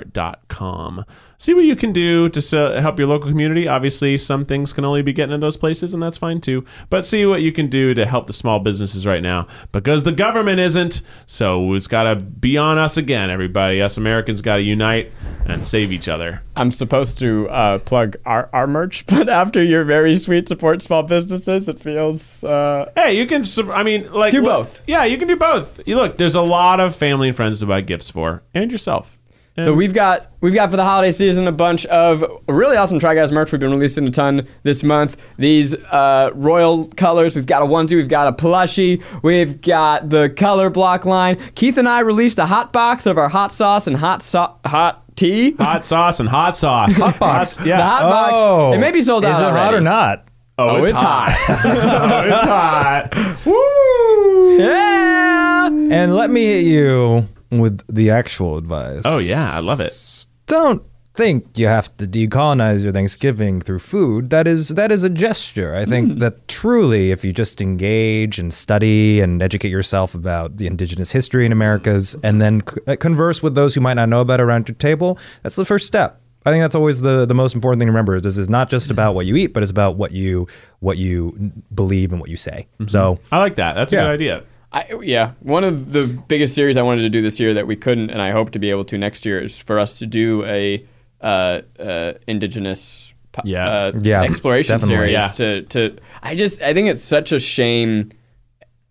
Walmart.com. See what you can do to se- help your local community. Obviously, some things can only be getting in those places, and that's fine too. But see what you can do to help the small businesses right now because the government isn't. So it's got to be on us again, everybody. Us Americans got to unite and save each other.
I'm supposed to uh, plug our, our merch, (laughs) but after your very sweet support small businesses, it feels uh,
Hey, you can. sub- I mean, like
Do
look-
both.
Yeah, you can do both. You look, there's a lot of family and friends to buy gifts for, and yourself.
(laughs) So we've got we've got for the holiday season a bunch of really awesome Try Guys merch. We've been releasing a ton this month. These uh, royal colors. We've got a onesie. We've got a plushie. We've got the color block line. Keith and I released a hot box of our hot sauce and hot so- hot tea.
Hot sauce and hot sauce. Hot
box. Oh.
yeah.
The hot box. It may be sold out.
Is it hot
already.
or not?
(laughs) Oh, it's, hot.
oh, it's hot.
Woo!
yeah.
And let me hit you with the actual advice.
(laughs) Oh yeah, I love it.
Don't think you have to decolonize your Thanksgiving through food. That is that is a gesture. I think that truly, if you just engage and study and educate yourself about the indigenous history in Americas, and then c- uh, converse with those who might not know about it around your table, that's the first step. I think that's always the, the most important thing to remember. This is not just about what you eat, but it's about what you what you n- believe and what you say. So
I like that. That's a
Yeah.
good idea.
I, yeah, one of the biggest series I wanted to do this year that we couldn't, and I hope to be able to next year, is for us to do a uh, uh, indigenous po-
Yeah.
uh,
Yeah,
exploration
definitely.
series.
Yeah.
To to I just I think it's such a shame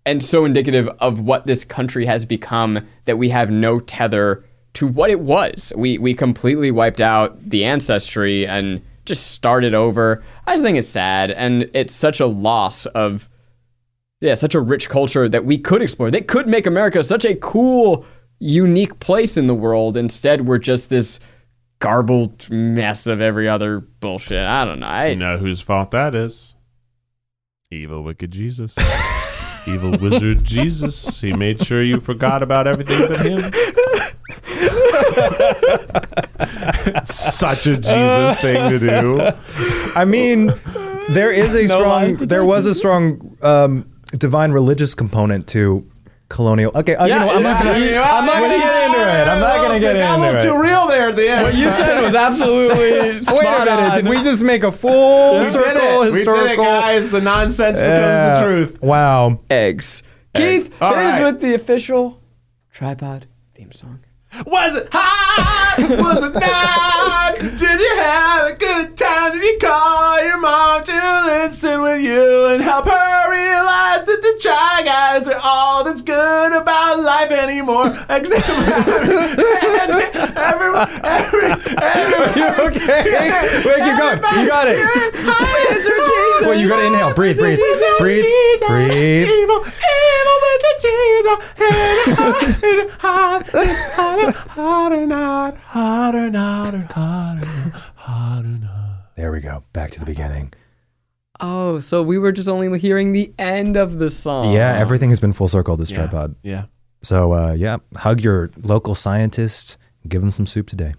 and so indicative of what this country has become that we have no tether to what it was. We we completely wiped out the ancestry and just started over. I just think it's sad and it's such a loss of yeah, such a rich culture that we could explore. They could make America such a cool, unique place in the world. Instead, we're just this garbled mess of every other bullshit. I don't know. I,
You know whose fault that is? Evil, wicked (laughs) Jesus. Evil wizard Jesus. He made sure you forgot about everything but him. Such a Jesus thing to (laughs) do.
I mean, there is
(laughs)
a
lies
strong.
detected.
There was a strong um, divine religious component to colonial. Okay, uh, you know, what, I'm not gonna. I'm not gonna get into it. I'm not
Uh,
gonna get into it.
real there at the end.
you (laughs) said
(laughs)
was absolutely
Wait a minute! Did we just make a full circle historical?
The nonsense
Yeah.
(laughs)
Wow. (laughs)
eggs? Keith,
All
here's
right.
with the official tripod theme song.
Was it hot? Was it not? Did you have a good time?
wanted to call your mom to listen with you and help her realize that the Try Guys are all that's good about life anymore. (laughs) Except everyone, everyone, everyone.
okay. Wait, keep going. You got it. (laughs) Wait, you gotta inhale. Breathe, breathe, breathe, breathe.
Evil, evil Mr. Jesus. And it's hot, it's hot, it's hot, and hot, hot, and hot, and hot, and hot, and hot.
There we go. Back to the beginning.
Oh, so we were just only hearing the end of the song.
Yeah, everything has been full circle this tripod.
Uh-huh. Yeah.
So uh, yeah, hug your local scientist. Give him some soup today.